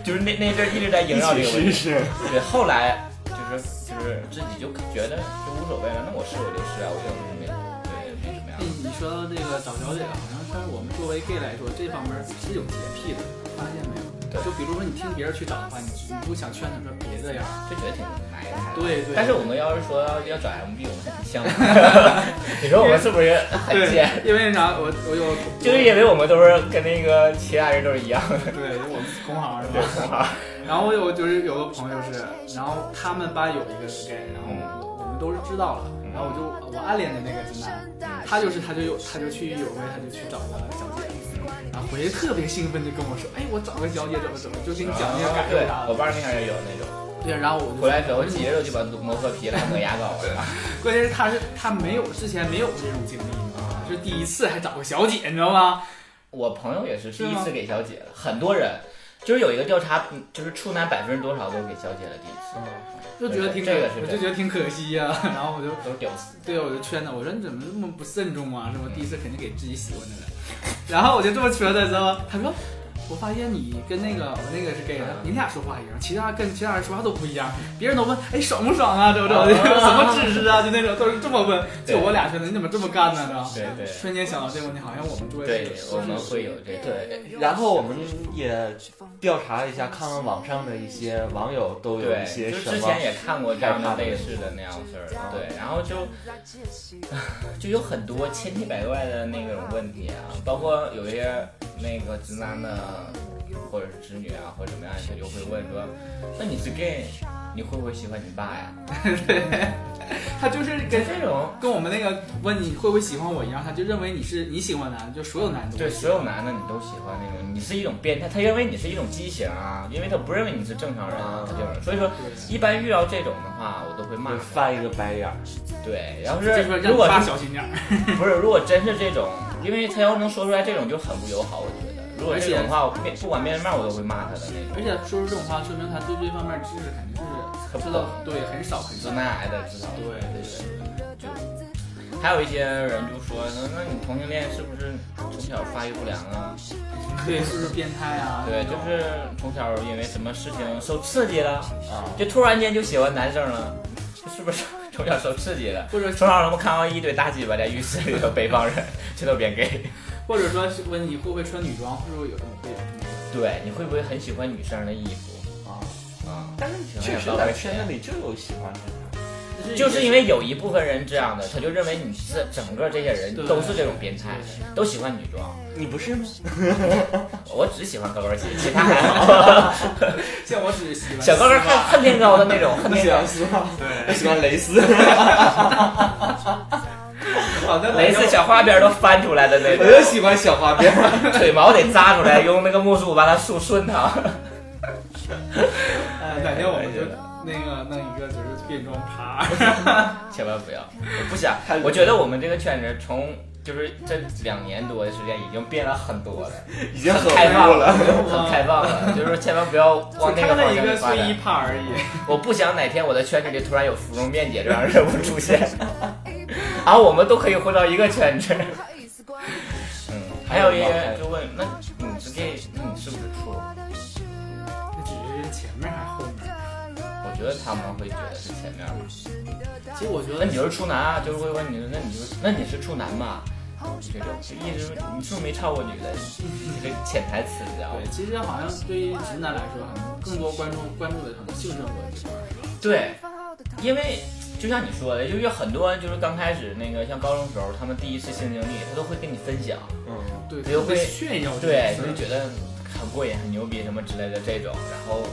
Speaker 4: 就是那那阵儿一直在萦绕这个问题。
Speaker 1: 试。
Speaker 4: 对，后来就是就是自己就觉得就无所谓了，那我试我就试啊，我就没对没什么呀
Speaker 3: 哎。，你说到这个找小姐，好像是我们作为 gay 来说，这方面是有洁癖的，发现没有？
Speaker 4: 对
Speaker 3: 就比如说你听别人去找的话，你你不想劝他说别这样。
Speaker 4: 就觉得挺难的。
Speaker 3: 对对
Speaker 4: 但是我们要是说要要找 MB，我们还挺像的。 你说我们是不是很
Speaker 3: 对
Speaker 4: 贱？，
Speaker 3: 因为啥？我我有
Speaker 4: 就是因为我们都是跟那个其他人都是一样的。
Speaker 3: 对，我们同行是吧？ 然后我有就是有个朋友是，然后他们班有一个是 gay，然后我们都是知道了，然后我就我暗恋的那个直男，他就是他就有他就去有回他就去找个小姐，然后回去特别兴奋就跟我说，哎，我找个小姐怎么怎么，就给你讲那个感受
Speaker 4: 啊对
Speaker 3: 啥，
Speaker 4: 我
Speaker 3: 的。
Speaker 4: 班那边也有那种。
Speaker 3: 对，然后我就
Speaker 4: 回来之后，接着就把磨破皮了，抹牙膏了。
Speaker 3: 关键是他是他没有之前没有这种经历，你知道吗？就是第一次还找个小姐，你知道吗？
Speaker 4: 我朋友也是
Speaker 3: 是
Speaker 4: 第一
Speaker 3: 吗
Speaker 4: 次给小姐了，很多人就是有一个调查，嗯就是处男百分之多少都给小姐了第一次，
Speaker 3: 就觉得挺可
Speaker 4: 嗯这个是
Speaker 3: 我
Speaker 4: 真
Speaker 3: 就觉得挺可惜呀、 然后我就
Speaker 4: 都是屌丝。
Speaker 3: 对，我就劝他，我说你怎么这么不慎重啊？是吧？第一次肯定给自己喜欢的人。然后我就这么劝他之后，他说我发现你跟那个我那个是 gay
Speaker 4: 嗯
Speaker 3: 的，你俩说话一样，其他跟其他人说话都不一样，别人都问，哎，爽不爽啊？怎么怎么的，什么知识啊？就那种都是这么问，就我俩说的，你怎么这么干呢？是吧？
Speaker 4: 对对
Speaker 3: 瞬间想到这个问题，好像我们周围
Speaker 4: 对，
Speaker 3: 是
Speaker 4: 我们会有这个。
Speaker 1: 对，然后我们也调查了一下，看看网上的一些网友都有一些
Speaker 4: 对，就
Speaker 1: 什
Speaker 4: 之
Speaker 1: 么
Speaker 4: 前也看过这样的类似的那样事儿，对，然后就就有很多千奇百怪的那种问题啊，包括有一些那个直男的或者是直女啊或者怎么样，他就会问说，那你是 gay，你会不会喜欢你爸呀？
Speaker 3: 他就是
Speaker 4: 就
Speaker 3: 跟
Speaker 4: 这种，
Speaker 3: 跟我们那个问你会不会喜欢我一样，他就认为你是你喜欢男，就所有男的都
Speaker 4: 对
Speaker 3: 会喜
Speaker 4: 所有男的你都喜欢那种，你是一种变态，他认为你是一种畸形啊，因为他不认为你是正常人啊，他就是，所以说一般遇到这种的话，我都会骂
Speaker 1: 会
Speaker 4: 他。
Speaker 1: 翻一个白眼儿。
Speaker 4: 对，然后
Speaker 3: 欢，
Speaker 4: 是
Speaker 3: 就说让
Speaker 4: 如
Speaker 3: 你
Speaker 4: 果
Speaker 3: 爸
Speaker 4: 是
Speaker 3: 小心点儿。
Speaker 4: 不是，如果真是这种，因为他要能说出来这种就很不友好，我觉得。如果这种的话，我面不管面对面我都会骂他的那种。
Speaker 3: 而且说出这种话，说明他对这方面知识肯定是知道，对，很少很
Speaker 4: 直
Speaker 3: 少。
Speaker 4: 男癌的至少
Speaker 3: 对对对，
Speaker 4: 还有一些人就说，那那你同性恋是不是从小发育不良啊？
Speaker 3: 对，是不是变态啊？
Speaker 4: 对，就是从小因为什么事情受刺激了，
Speaker 1: 啊，
Speaker 4: 就突然间就喜欢男生了，是不是从小受刺激了？
Speaker 3: 或者
Speaker 4: 从小他们看到一堆大鸡巴在浴室里的 北方人，这都变 gay。
Speaker 3: 或者说是问你会不会穿女装，会不会有这种会有这种
Speaker 4: 对，你会不会很喜欢女生的衣服
Speaker 1: 啊，
Speaker 4: 啊？
Speaker 1: 但是确实在圈子里就有喜欢的人，
Speaker 3: 但
Speaker 4: 就是因为有一部分人这样的，他就认为你是整个这些人
Speaker 3: 对
Speaker 4: 都是这种变态，都喜欢女 装。
Speaker 1: 你不是吗？
Speaker 4: 我只喜欢高跟鞋，其他还 好。
Speaker 3: 像我只是喜欢
Speaker 4: 小高跟恨恨天高的那 种，恨天
Speaker 1: 喜
Speaker 4: 高
Speaker 1: 欢。丝袜，我
Speaker 3: 对，
Speaker 1: 喜欢蕾 丝。
Speaker 3: 好的，
Speaker 4: 每次小花边都翻出来的那
Speaker 1: 我就
Speaker 4: 种，
Speaker 1: 喜欢小花边儿，
Speaker 4: 腿毛得扎出来，用那个木梳把它梳顺它。
Speaker 3: 改呃天我们
Speaker 4: 哎
Speaker 3: 就那个弄一个就是变装趴，
Speaker 4: 千万不要，我不想
Speaker 1: 太。
Speaker 4: 我觉得我们这个圈子从就是这两年多的时间已经变了很多了，
Speaker 1: 已经很
Speaker 4: 开放
Speaker 1: 污
Speaker 4: 了，
Speaker 1: 了。
Speaker 4: 很开放了。就是说千万不要往 那
Speaker 3: 看
Speaker 4: 个
Speaker 3: 了
Speaker 4: 方
Speaker 3: 一
Speaker 4: 向去
Speaker 3: 个
Speaker 4: 发
Speaker 3: 睡
Speaker 4: 展
Speaker 3: 衣。趴而已。
Speaker 4: 我不想哪天我的圈子里突然有芙蓉面姐这样的人物出 现，然后我们都可以混到一个圈子。嗯，还有一些人就问，那你是 gay，那你是不是处？
Speaker 3: 那只是前面还是后面？
Speaker 4: 我觉得他们会觉得是前面吧。
Speaker 3: 其实我觉
Speaker 4: 那
Speaker 3: 得
Speaker 4: 你就是处男啊，就是会问你，那你就是那你是处男嘛？这种就一直你是不是没超过女的？这个潜台词，你知道吗
Speaker 3: 对，？其实好像对于直男来说，可能更多关注关注的可能性生活这块儿。
Speaker 4: 对，因为就像你说的，就是有很多就是刚开始那个像高中时候，他们第一次性经历，他都会跟你分享。
Speaker 1: 嗯，
Speaker 3: 对，
Speaker 4: 比如
Speaker 3: 会
Speaker 4: 会
Speaker 3: 炫耀这个
Speaker 4: 对，
Speaker 3: 词儿，
Speaker 4: 你就觉得很过瘾、很牛逼什么之类的这种，然后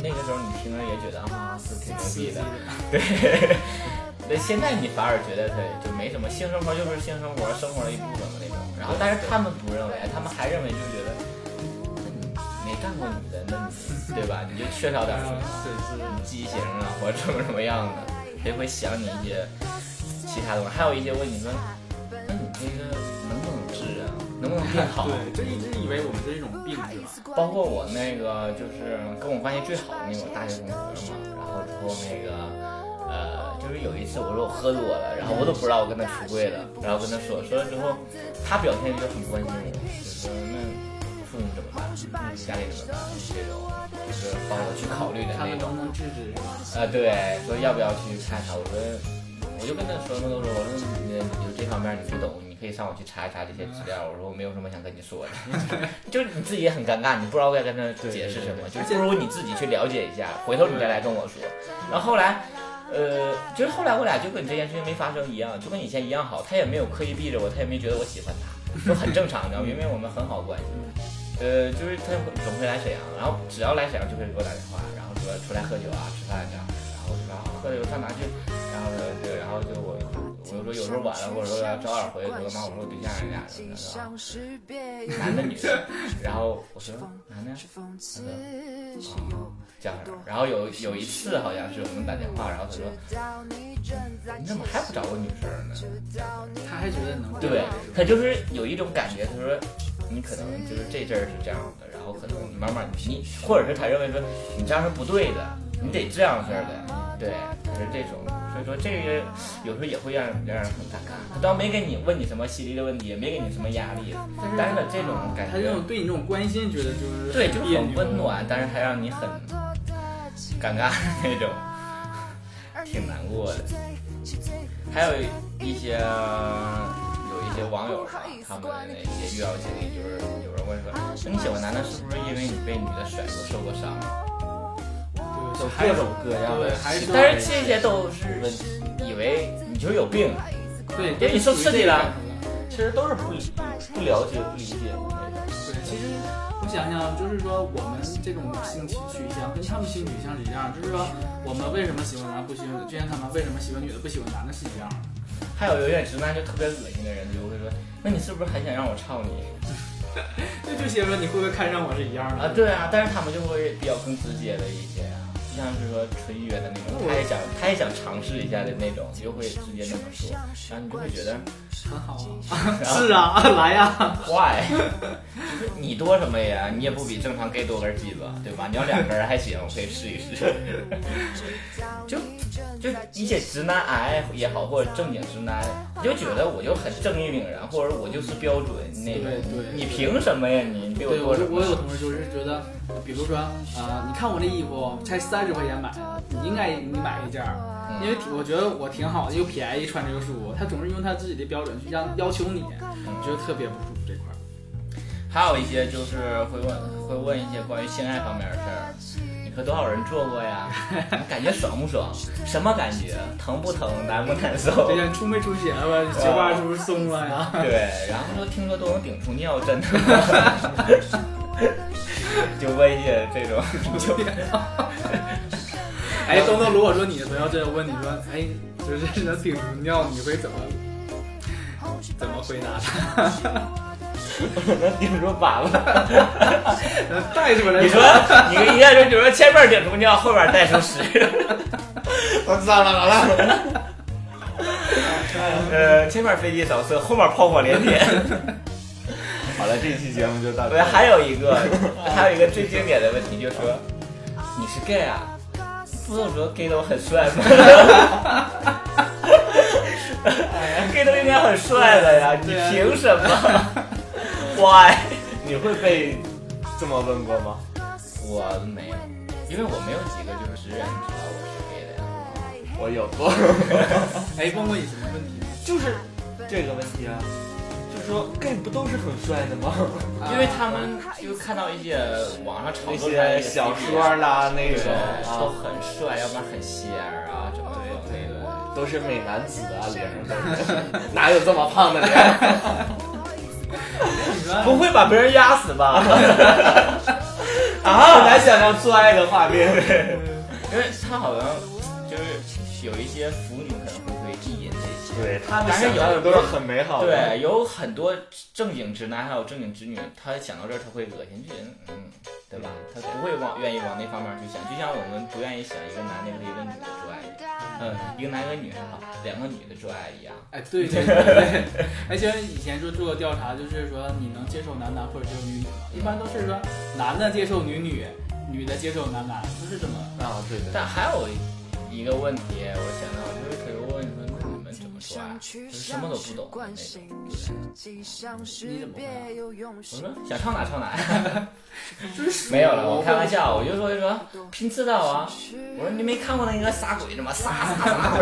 Speaker 4: 那个时候你听着也觉得啊，是挺牛逼的， 对。对，现在你反而觉得他就没什么，性生活就是性生活，生活的一部分嘛那种。然后，但是他们不认为，他们还认为就觉得，那你没干过女的，那你对吧？你就缺少点什么，
Speaker 3: 对
Speaker 4: 畸形啊，或者什么什么样的，谁会想你一些其他东西？还有一些问你说，那你这个能不能治啊？能不能变好？
Speaker 3: 对，就一直以为我们是一种病，是吧？
Speaker 4: 包括我那个就是跟我关系最好的那个大学同学嘛，然后之后那个呃，就是有一次我说我喝多了，然后我都不知道我跟他出柜了，然后跟他说说了之后，他表现就很关心我，就是说那父母怎么办，嗯家里怎么办这种，就是帮我去考虑的
Speaker 3: 他
Speaker 4: 那
Speaker 3: 们
Speaker 4: 种
Speaker 3: 能。不能制止？
Speaker 4: 啊，对，说要不要去看看？我说，我就跟他说那都说，我说你你就这方面你不懂，你可以上网去查一查这些资料。我说我没有什么想跟你说的，就是你自己也很尴尬，你不知道该跟他解释什么，就不如你自己去了解一下，回头你再来跟我说。然后后来。呃，就是后来我俩就跟这件事情没发生一样，就跟以前一样好，他也没有刻意避着我，他也没觉得我喜欢 他，就很正常，你知道吗？因为我们很好的关系。呃，就是他会总会来沈阳，然后只要来沈阳就会给我打电话，然后说出来喝酒啊、吃饭这样，然后我就说啊喝酒上哪去，然后说对，然后就我我就说有时候晚了，或者说要早点回，我说妈，我说我对象人家什么的，
Speaker 2: 像是别有
Speaker 4: 然后男的女的，然后我说男的呀。
Speaker 2: 是讽刺，是
Speaker 4: 哦这样的，然后有有一次好像是我们打电话，然后他说
Speaker 2: 到你正在
Speaker 4: 你怎么还不找个女生呢？
Speaker 3: 他还觉得能
Speaker 4: 对他就是有一种感觉，他说你可能就是这阵儿是这样的，然后可能你慢慢你，或者是他认为说你这样是不对的，你得这样式儿的，对，他是这种，所以以说这个有时候也会让让人很尴尬。倒没给你问你什么犀利的问题，也没给你什么压力，但是这种感
Speaker 3: 他这
Speaker 4: 觉
Speaker 3: 种，对你这种关心，觉得就是
Speaker 4: 对，就是
Speaker 3: 别
Speaker 4: 很
Speaker 3: 扭
Speaker 4: 温。暖，但是还让你很尴尬的那种，挺难过的。还有一些有一些网友啊，他们的一些遇到经历，就是有人问说，那你喜欢男的是不是因为你被女的甩过受过伤啊？
Speaker 1: 就
Speaker 3: 对，还
Speaker 1: 各
Speaker 3: 有
Speaker 1: 种各样的
Speaker 3: 对，，还是
Speaker 4: 但是这些都是以为你就是有病，啊
Speaker 3: 对，
Speaker 4: 对你受刺激了。
Speaker 1: 其实都是不理不了解、不理解的那种。
Speaker 3: 对，其实我想想，就是说我们这种性取取向跟他们性取向是一样的，就是说我们为什么喜欢男不喜欢女，就像他们为什么喜欢女的不喜欢男的是一样的。
Speaker 4: 还有有点直男就特别恶心的人，就会说，那你是不是还想让我操你
Speaker 3: 这就写说你会不会看上我是一样的
Speaker 4: 啊？对啊，但是他们就会比较更直接的一些啊，就像是说纯约的那种，他也想他也想尝试一下的那种，就会直接那么说，然后你就会觉得
Speaker 3: 很好啊， 是啊，来呀、
Speaker 4: 坏， 就是你多什么呀？你也不比正常 gay 多根鸡巴，对吧？你要两根儿还行，我可以试一试。 就就一些直男癌也好，或者正经直男，你就觉得我就很正义凛然，或者我就是标准那种
Speaker 3: 对对，
Speaker 4: 你凭什么呀？你你比我
Speaker 3: 对，
Speaker 4: 多
Speaker 3: 我
Speaker 4: 什
Speaker 3: 我
Speaker 4: 么？
Speaker 3: 有同事就是觉得，比如说啊、呃你看我这衣服才三十块钱买的，你应该你买一件儿，因为挺我觉得我挺好的，又便宜，穿着又舒服。他总是用他自己的标准去让要求你，我觉得特别不舒服这块儿。
Speaker 4: 还有一些就是会问会问一些关于性爱方面的事儿，你和多少人做过呀？ 感觉爽不爽？什么感觉？疼不疼？难不难受？
Speaker 3: 这件出没出血了？你血管是不是松了呀？
Speaker 1: 啊
Speaker 4: 对，然后说听说都能顶出尿，真 的吗？就问一些这种，就
Speaker 3: 哎，东东，如果说你的朋友真的问你说，哎，就是能顶住尿，你会怎么怎么回答他？
Speaker 1: 能顶住粑粑，
Speaker 3: 带出来
Speaker 4: 你说你跟一个人就说前面顶出尿，后边带出屎，
Speaker 1: 我操了，老了。
Speaker 4: 呃，前面飞机扫射，后面炮火连天。
Speaker 1: 好了，这一期节目就到这
Speaker 4: 对，
Speaker 1: 里。
Speaker 4: 还有一个，还有一个最经典的问题就是说，你是 gay 啊？不都说 gay 都很帅吗？gay 都应该很帅了呀，你凭什么？Why？
Speaker 1: 你会被这么问过吗？
Speaker 4: 我没有，因为我没有几个就是直人知道我是 gay 的呀。
Speaker 1: 我有过，
Speaker 3: 哎，问过你什么问题？
Speaker 1: 就是这个问题啊，就是说 gay 不都是很帅的 吗？
Speaker 4: 因为他们就看到一些网上炒
Speaker 1: 那
Speaker 4: 作出来的
Speaker 1: 些小
Speaker 4: CP
Speaker 1: 说啦，那
Speaker 4: 对，
Speaker 1: 种
Speaker 4: 说
Speaker 1: 啊，
Speaker 4: 很帅，要不然很仙儿啊，怎么怎么那个。
Speaker 1: 都是美男子啊，脸上都是， 哪有这么胖的脸？
Speaker 3: 你说
Speaker 4: 不会把别人压死吧？
Speaker 1: 啊，很难想象做爱的画面。
Speaker 4: 因为他好像就是有一些腐女可能会被意淫这些。
Speaker 1: 对他们
Speaker 4: 但是
Speaker 1: 想
Speaker 4: 有
Speaker 1: 到的都是很美好的。
Speaker 4: 对，有很多正经直男还有正经直女，他想到这儿他会恶心，这人，嗯，对吧？他不会往愿意往那方面去想，就像我们不愿意想一个男的和一个女的做爱一样，嗯，一个男和女还好，两个女的做爱一样，
Speaker 3: 哎，对对对对，而且以前说做过调查，就是说你能接受男男或者接受女女吗？一般都是说男的接受女女，女的接受男男，都是这么。
Speaker 1: 啊，对对。
Speaker 4: 但还有一个问题，我想到就是他又问说，那你们怎么做爱？就是什么都不懂的那种。我说想唱哪唱哪，没有了，我开玩笑，我就说一说拼刺刀啊，我说你没看过那个杀鬼的吗？杀杀杀，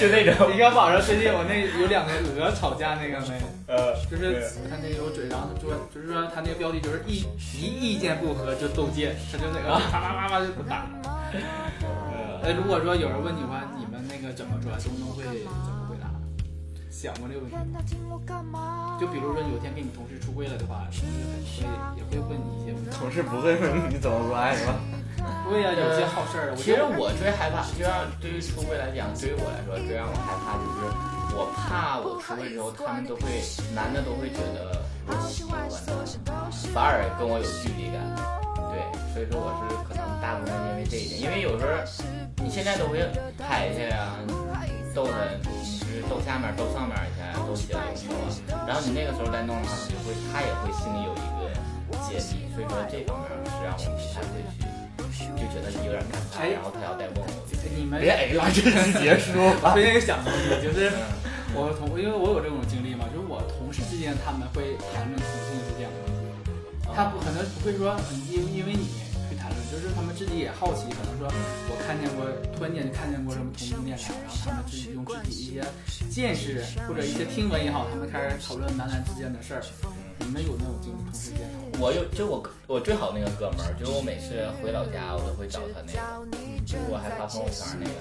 Speaker 4: 就那 种
Speaker 3: 你看网上最近我那有两个鹅吵架那个没？
Speaker 4: 呃，
Speaker 3: 就是他那有嘴，然后他就就是说他那个标题就是一一意见不合就斗剑，他就那个啪啪啪啪就打。哎，如果说有人问你话，你们那个怎么做，东东会怎么回答？想过这个问题吗？就比如说有一天跟你同事出柜了的话，同事会也会问你一些问题。
Speaker 1: 同事不会问你怎么做爱吗？
Speaker 3: 对呀、有些好事呃儿，我
Speaker 4: 其
Speaker 3: 觉
Speaker 4: 实
Speaker 3: 得
Speaker 4: 我最害怕，就让对于出柜来讲，对于我来说，最让我害怕就是，我怕我出柜之后，他们都会，男的都会觉得我喜欢他，反而跟我有距离感。对，所以说我是可能大部分因为这一点，因为有时候你现在都会拍一下呀，逗他，就是逗下面、逗上面一下，逗起来有没有啊？然后你那个时候再弄的话，就会他也会心里有一个芥蒂，所以说这方面是让我不太会去。就觉得有点尴尬，
Speaker 3: 哎
Speaker 4: 然后他要再问我， 我就
Speaker 3: 你们
Speaker 1: 别哎了，这是结 束吧。
Speaker 3: 推荐一个小东西，就是我同，因为我有这种经历嘛，就是我同事之间他们会谈论同性之间的问题，他不可能不会说嗯因为因为你去谈论，就是他们自己也好奇，可能说我看见过，突然间就看见过什么同性恋啥，然后他们自己用自己一些见识或者一些听闻也好，他们开始讨论男男之间的事儿。
Speaker 1: 嗯
Speaker 3: 你们有那种经历同事间讨论？
Speaker 4: 我有就我我最好那个哥们儿，就是我每次回老家，我都会找他那个，就我还发朋友圈那个，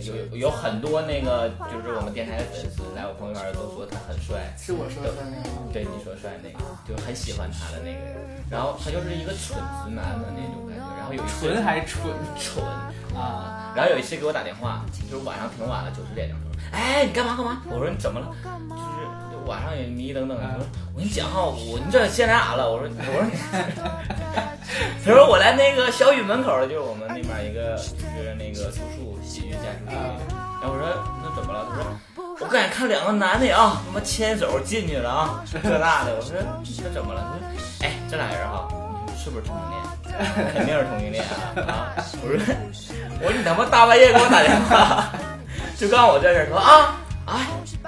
Speaker 4: 就有有有很多那个就是我们电台的粉丝来我朋友圈都说他很帅，
Speaker 3: 是我说的那个吗？
Speaker 4: 对你说帅那个，就很喜欢他的那个人，然后他就是一个蠢直男的那种感觉，然后有一次
Speaker 3: 纯还纯
Speaker 4: 蠢
Speaker 3: 啊！
Speaker 4: 然后有一次给我打电话，就是晚上挺晚了，九十点钟，他说：“哎，你干嘛干嘛？”我说：“你怎么了？”就是晚上也迷瞪瞪的。他说：“我跟你讲哈，我你这现在俺了。”我说：“我说。” 他说：“我来那个小雨门口了，就是我们那边一个就是那个住宿洗浴建筑。”
Speaker 3: 呃
Speaker 4: 然哎后我说：“那怎么了？”他说。我刚才看两个男的啊，他妈牵手进去了啊，这那的。我说这怎么了？他说，哎，这俩人哈、是不是同性恋？肯定是同性恋啊！啊我说，我说你他妈大半夜给我打电话，就告诉我这事儿，说啊啊，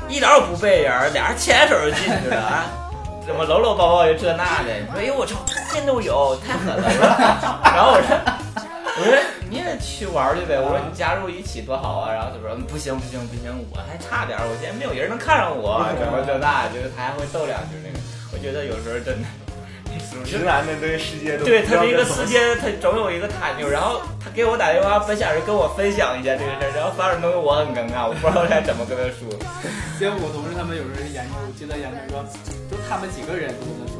Speaker 4: 一点也不背人，俩人牵手就进去了啊，怎么搂搂抱抱就这那的？你说，哎呦我操，见都有，太狠了！我说然后我说，我说你也去玩儿去
Speaker 1: 啊
Speaker 4: 呗，我说你加入一起多好啊。然后他说、嗯不行不行不行，我还差点儿，我现在没有人能看上 我，什么这那，就是他还会逗两句那个。我觉得有时候真的，
Speaker 1: 直男们对世界都
Speaker 4: 对他这个世界，他总有一个他钮。然后他给我打电话，本想是跟我分享一下这个事儿，然后反而弄得我很尴尬，我不知道该怎么跟他 说。
Speaker 3: 结果我同事他们有人研究，我记得研究说，就他们几个人都跟他说，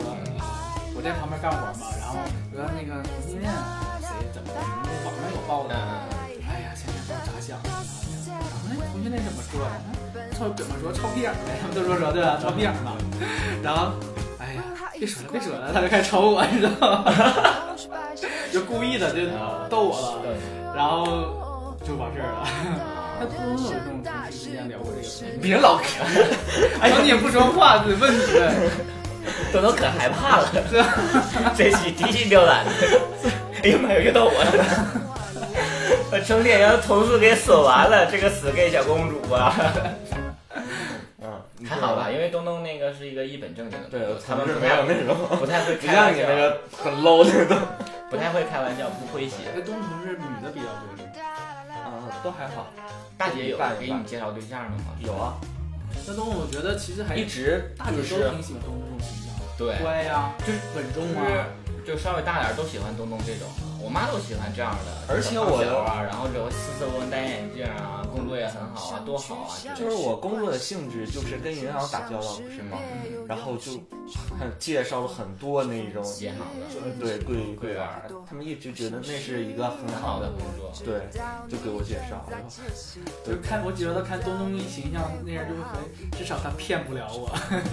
Speaker 3: 我在旁边干活嘛，然后我说那个同性恋谁怎么网上有报的，
Speaker 1: 嗯
Speaker 3: 哎呀，现在不知道咋想的，然后那同性恋怎么说呀？臭怎么说？臭屁眼儿呗，他们都说说对吧？臭屁眼儿嘛。然后，哎呀，别说了，别说了，他就开始瞅我，你知道吗？就故意的就
Speaker 1: 嗯
Speaker 3: 逗我了。然后就完事儿 了。那不能有这种同事之间聊过这个事
Speaker 4: 别老可，
Speaker 3: 哎呀，你也不说话，得问你呗。
Speaker 4: 都能可害怕了，这期提心吊胆的。哎呀妈呀，又到我了！我成天让同事给损完了，这个死 gay 小公主啊！
Speaker 1: 嗯，你
Speaker 4: 还
Speaker 1: 说
Speaker 4: 好吧，？因为东东那个是一个一本正经的，
Speaker 1: 对，
Speaker 4: 他
Speaker 1: 他
Speaker 4: 们
Speaker 1: 们是
Speaker 4: 不
Speaker 1: 没
Speaker 4: 太
Speaker 1: 有那种，
Speaker 4: 不太会
Speaker 1: 不
Speaker 4: 开
Speaker 1: 像
Speaker 4: 玩
Speaker 1: 你
Speaker 4: 笑，
Speaker 1: 那个很 low 的都。
Speaker 4: 不太会开玩笑，不诙谐。
Speaker 3: 哎那东同事女的比较多是吧？
Speaker 1: 啊，都还好。
Speaker 4: 大姐有
Speaker 1: 一半一半
Speaker 4: 给你介绍对象的吗？
Speaker 1: 有啊，
Speaker 3: 那东我觉得其实还
Speaker 4: 一直
Speaker 3: 大姐都
Speaker 4: 就是
Speaker 3: 挺喜欢东这种形象，
Speaker 4: 对，
Speaker 3: 乖呀，
Speaker 4: 就是
Speaker 3: 稳重
Speaker 4: 就是
Speaker 3: 啊。
Speaker 4: 就稍微大点儿都喜欢东东这种，我妈都喜欢这样的，
Speaker 1: 而且我
Speaker 4: 小啊，然后这种斯斯文文戴眼镜啊，工作也很好啊，多好啊，
Speaker 1: 就是我工作的性质就是跟银行打交道，不是吗？然后就很介绍了很多那种
Speaker 4: 银行的
Speaker 1: 呃对柜柜员儿，他们一直觉得那是一个很
Speaker 4: 很
Speaker 1: 好
Speaker 4: 好
Speaker 1: 的
Speaker 4: 的工作。
Speaker 1: 对，就给我介绍，我说
Speaker 3: 就是看，我觉得看东东一形象那样，就会很至少他骗不了我，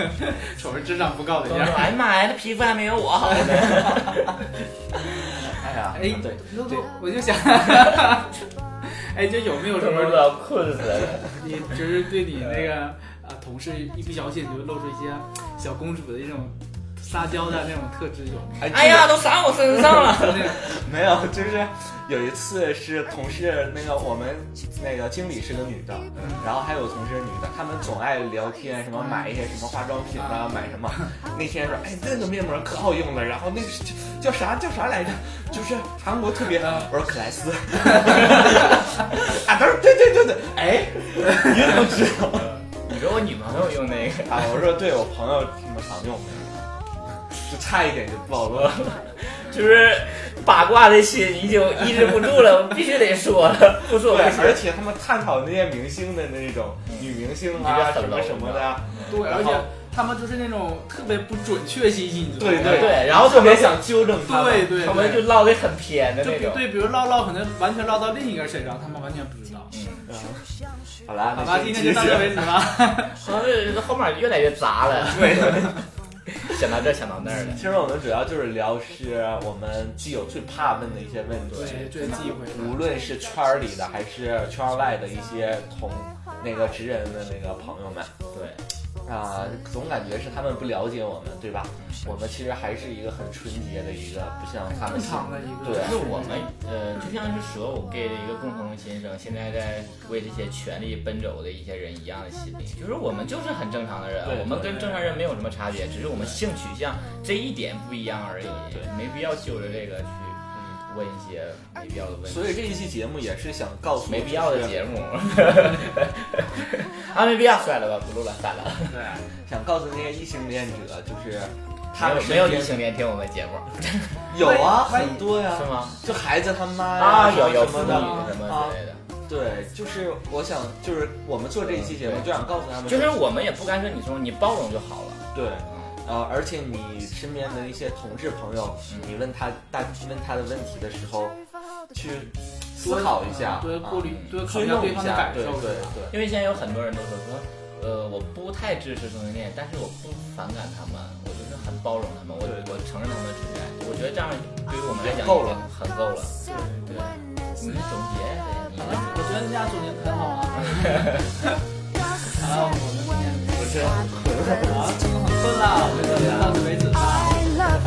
Speaker 3: 瞅着智商不高的
Speaker 4: 东
Speaker 3: 样
Speaker 4: 东，
Speaker 3: 儿。
Speaker 4: 哎呀妈呀，这皮肤还没有我好呢。
Speaker 1: 哎呀，
Speaker 3: 哎
Speaker 1: 对，，
Speaker 3: 那我我就想，哎，就有没有什么
Speaker 4: 都要困死了。
Speaker 3: 你就是对你那个啊同事一不小心就露出一些小公主的一种撒娇的那种特质有吗？
Speaker 1: 哎
Speaker 4: 哎呀，都撒我身上了。
Speaker 1: 没有，就是有一次是同事那个我们那个经理是个女的，然后还有同事是女的，她们总爱聊天，什么买一些什么化妆品啊，买什么。那天说，哎，那个面膜可好用了，然后那个是叫啥叫啥来着，就是韩国特别，我说可莱斯，啊，他说对对对对，哎，你怎么知道？
Speaker 4: 你说我女朋友用那个，
Speaker 1: 啊，我说对我朋友什么常用那个，就差一点就暴露了。
Speaker 4: 就是八卦的心已经抑制不住 了，我必须得说了，不说
Speaker 1: 对
Speaker 4: 我不，行
Speaker 1: 而且他们探讨那些明星的那种女明星啊，
Speaker 4: 这
Speaker 1: 什
Speaker 4: 个很
Speaker 1: 么
Speaker 4: low
Speaker 1: 什么的啊，
Speaker 3: 对，而且他们就是那种特别不准确信息，你知道吗？
Speaker 1: 对
Speaker 4: 对，然后
Speaker 1: 特别想纠正他们。
Speaker 3: 对对
Speaker 4: 他们就唠得很偏的
Speaker 3: 就
Speaker 4: 那
Speaker 3: 比
Speaker 4: 种。
Speaker 3: 对，比如唠唠，可能完全唠到另一个人身上，他们完全不知道。
Speaker 1: 嗯好啦，
Speaker 3: 好吧，
Speaker 1: 那
Speaker 3: 今
Speaker 1: 先
Speaker 3: 天就到
Speaker 1: 继续
Speaker 3: 这为止吧。
Speaker 4: 好像后面越来越杂了。对， 想到这想到那儿
Speaker 1: 其
Speaker 4: 的，
Speaker 1: 实我们主要就是聊是我们基友最怕问的一些问
Speaker 3: 对，
Speaker 1: 题，
Speaker 3: 最忌讳
Speaker 1: 无论是圈儿里的还是圈儿外的一些同那个职人的那个朋友们，
Speaker 4: 对，
Speaker 1: 啊、总感觉是他们不了解我们，对吧？我们其实还是一个很纯洁的一个，不像他们
Speaker 3: 正常的一个，
Speaker 1: 对
Speaker 4: 但是我们呃，就像是蛇我 gay 的一个共同的心声，现在在为这些权力奔走的一些人一样的心理，就是我们就是很正常的人
Speaker 1: 对，对
Speaker 4: 我们跟正常人没有什么差别，只是我们性取向这一点不一样而已，
Speaker 1: 对
Speaker 4: 没必要揪着这个去嗯问一些没必要的问题，
Speaker 1: 所以这一期节目也是想告诉
Speaker 4: 没必要的
Speaker 1: 就是
Speaker 4: 节目， 啊，没必要，算了吧，不录了，算了，
Speaker 3: 对啊，
Speaker 1: 想告诉那些异性恋者，就是他
Speaker 4: 没
Speaker 1: 们
Speaker 4: 有没有
Speaker 1: 身
Speaker 4: 异
Speaker 1: 边
Speaker 4: 性恋听我们节目
Speaker 1: 有啊，
Speaker 3: 万一
Speaker 1: 很多呀，
Speaker 4: 是吗？
Speaker 1: 就孩子他妈呀
Speaker 4: 啊，有有
Speaker 1: 什
Speaker 4: 妇
Speaker 1: 么
Speaker 4: 女
Speaker 1: 的啊
Speaker 4: 什么之类的。
Speaker 1: 对，就是我想，就是我们做这一期节目，
Speaker 4: 对
Speaker 1: 就想告诉他们，
Speaker 4: 嗯就是我们也不干涉你说你包容就好了。
Speaker 1: 对，呃，而且你身边的一些同志
Speaker 4: 嗯
Speaker 1: 朋友，你问他大问他的问题的时候，去思考一下，
Speaker 3: 多
Speaker 1: 啊
Speaker 3: 顾虑，多考虑一下对
Speaker 1: 尊重一
Speaker 3: 方的
Speaker 1: 下，
Speaker 3: 感
Speaker 1: 对
Speaker 3: 受，
Speaker 1: 对
Speaker 3: 是吧
Speaker 1: 对，
Speaker 4: 因为现在有很多人都说说，呃，我不太支持同性恋，但是我不反感他们，我就是很包容他们，我
Speaker 1: 对对
Speaker 4: 我承认他们的存在。我觉得这样对于我们来讲
Speaker 1: 够
Speaker 4: 已
Speaker 1: 了
Speaker 4: 经很够了。对，你总结，你
Speaker 3: 好了，我觉得你俩总结得很好啊。好了，我们今天
Speaker 1: 我真的很困扰
Speaker 3: 啊，真的很困了，我们就聊到此为止吧。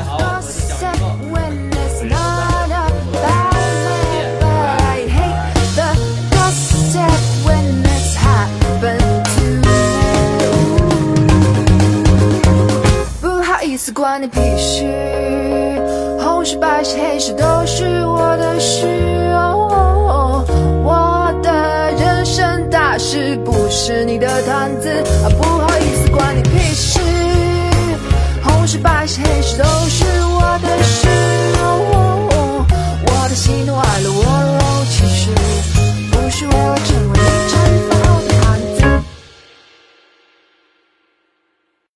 Speaker 3: 好，我是小鱼哥。
Speaker 2: when it's not about me. But I hate the gossip when it's happened to you. 不好意思，关你屁事。红是白是黑是都是我的事。哦，我的人生大事不是你的谈资啊！不好意思，关你屁事。红是白是黑是都是哦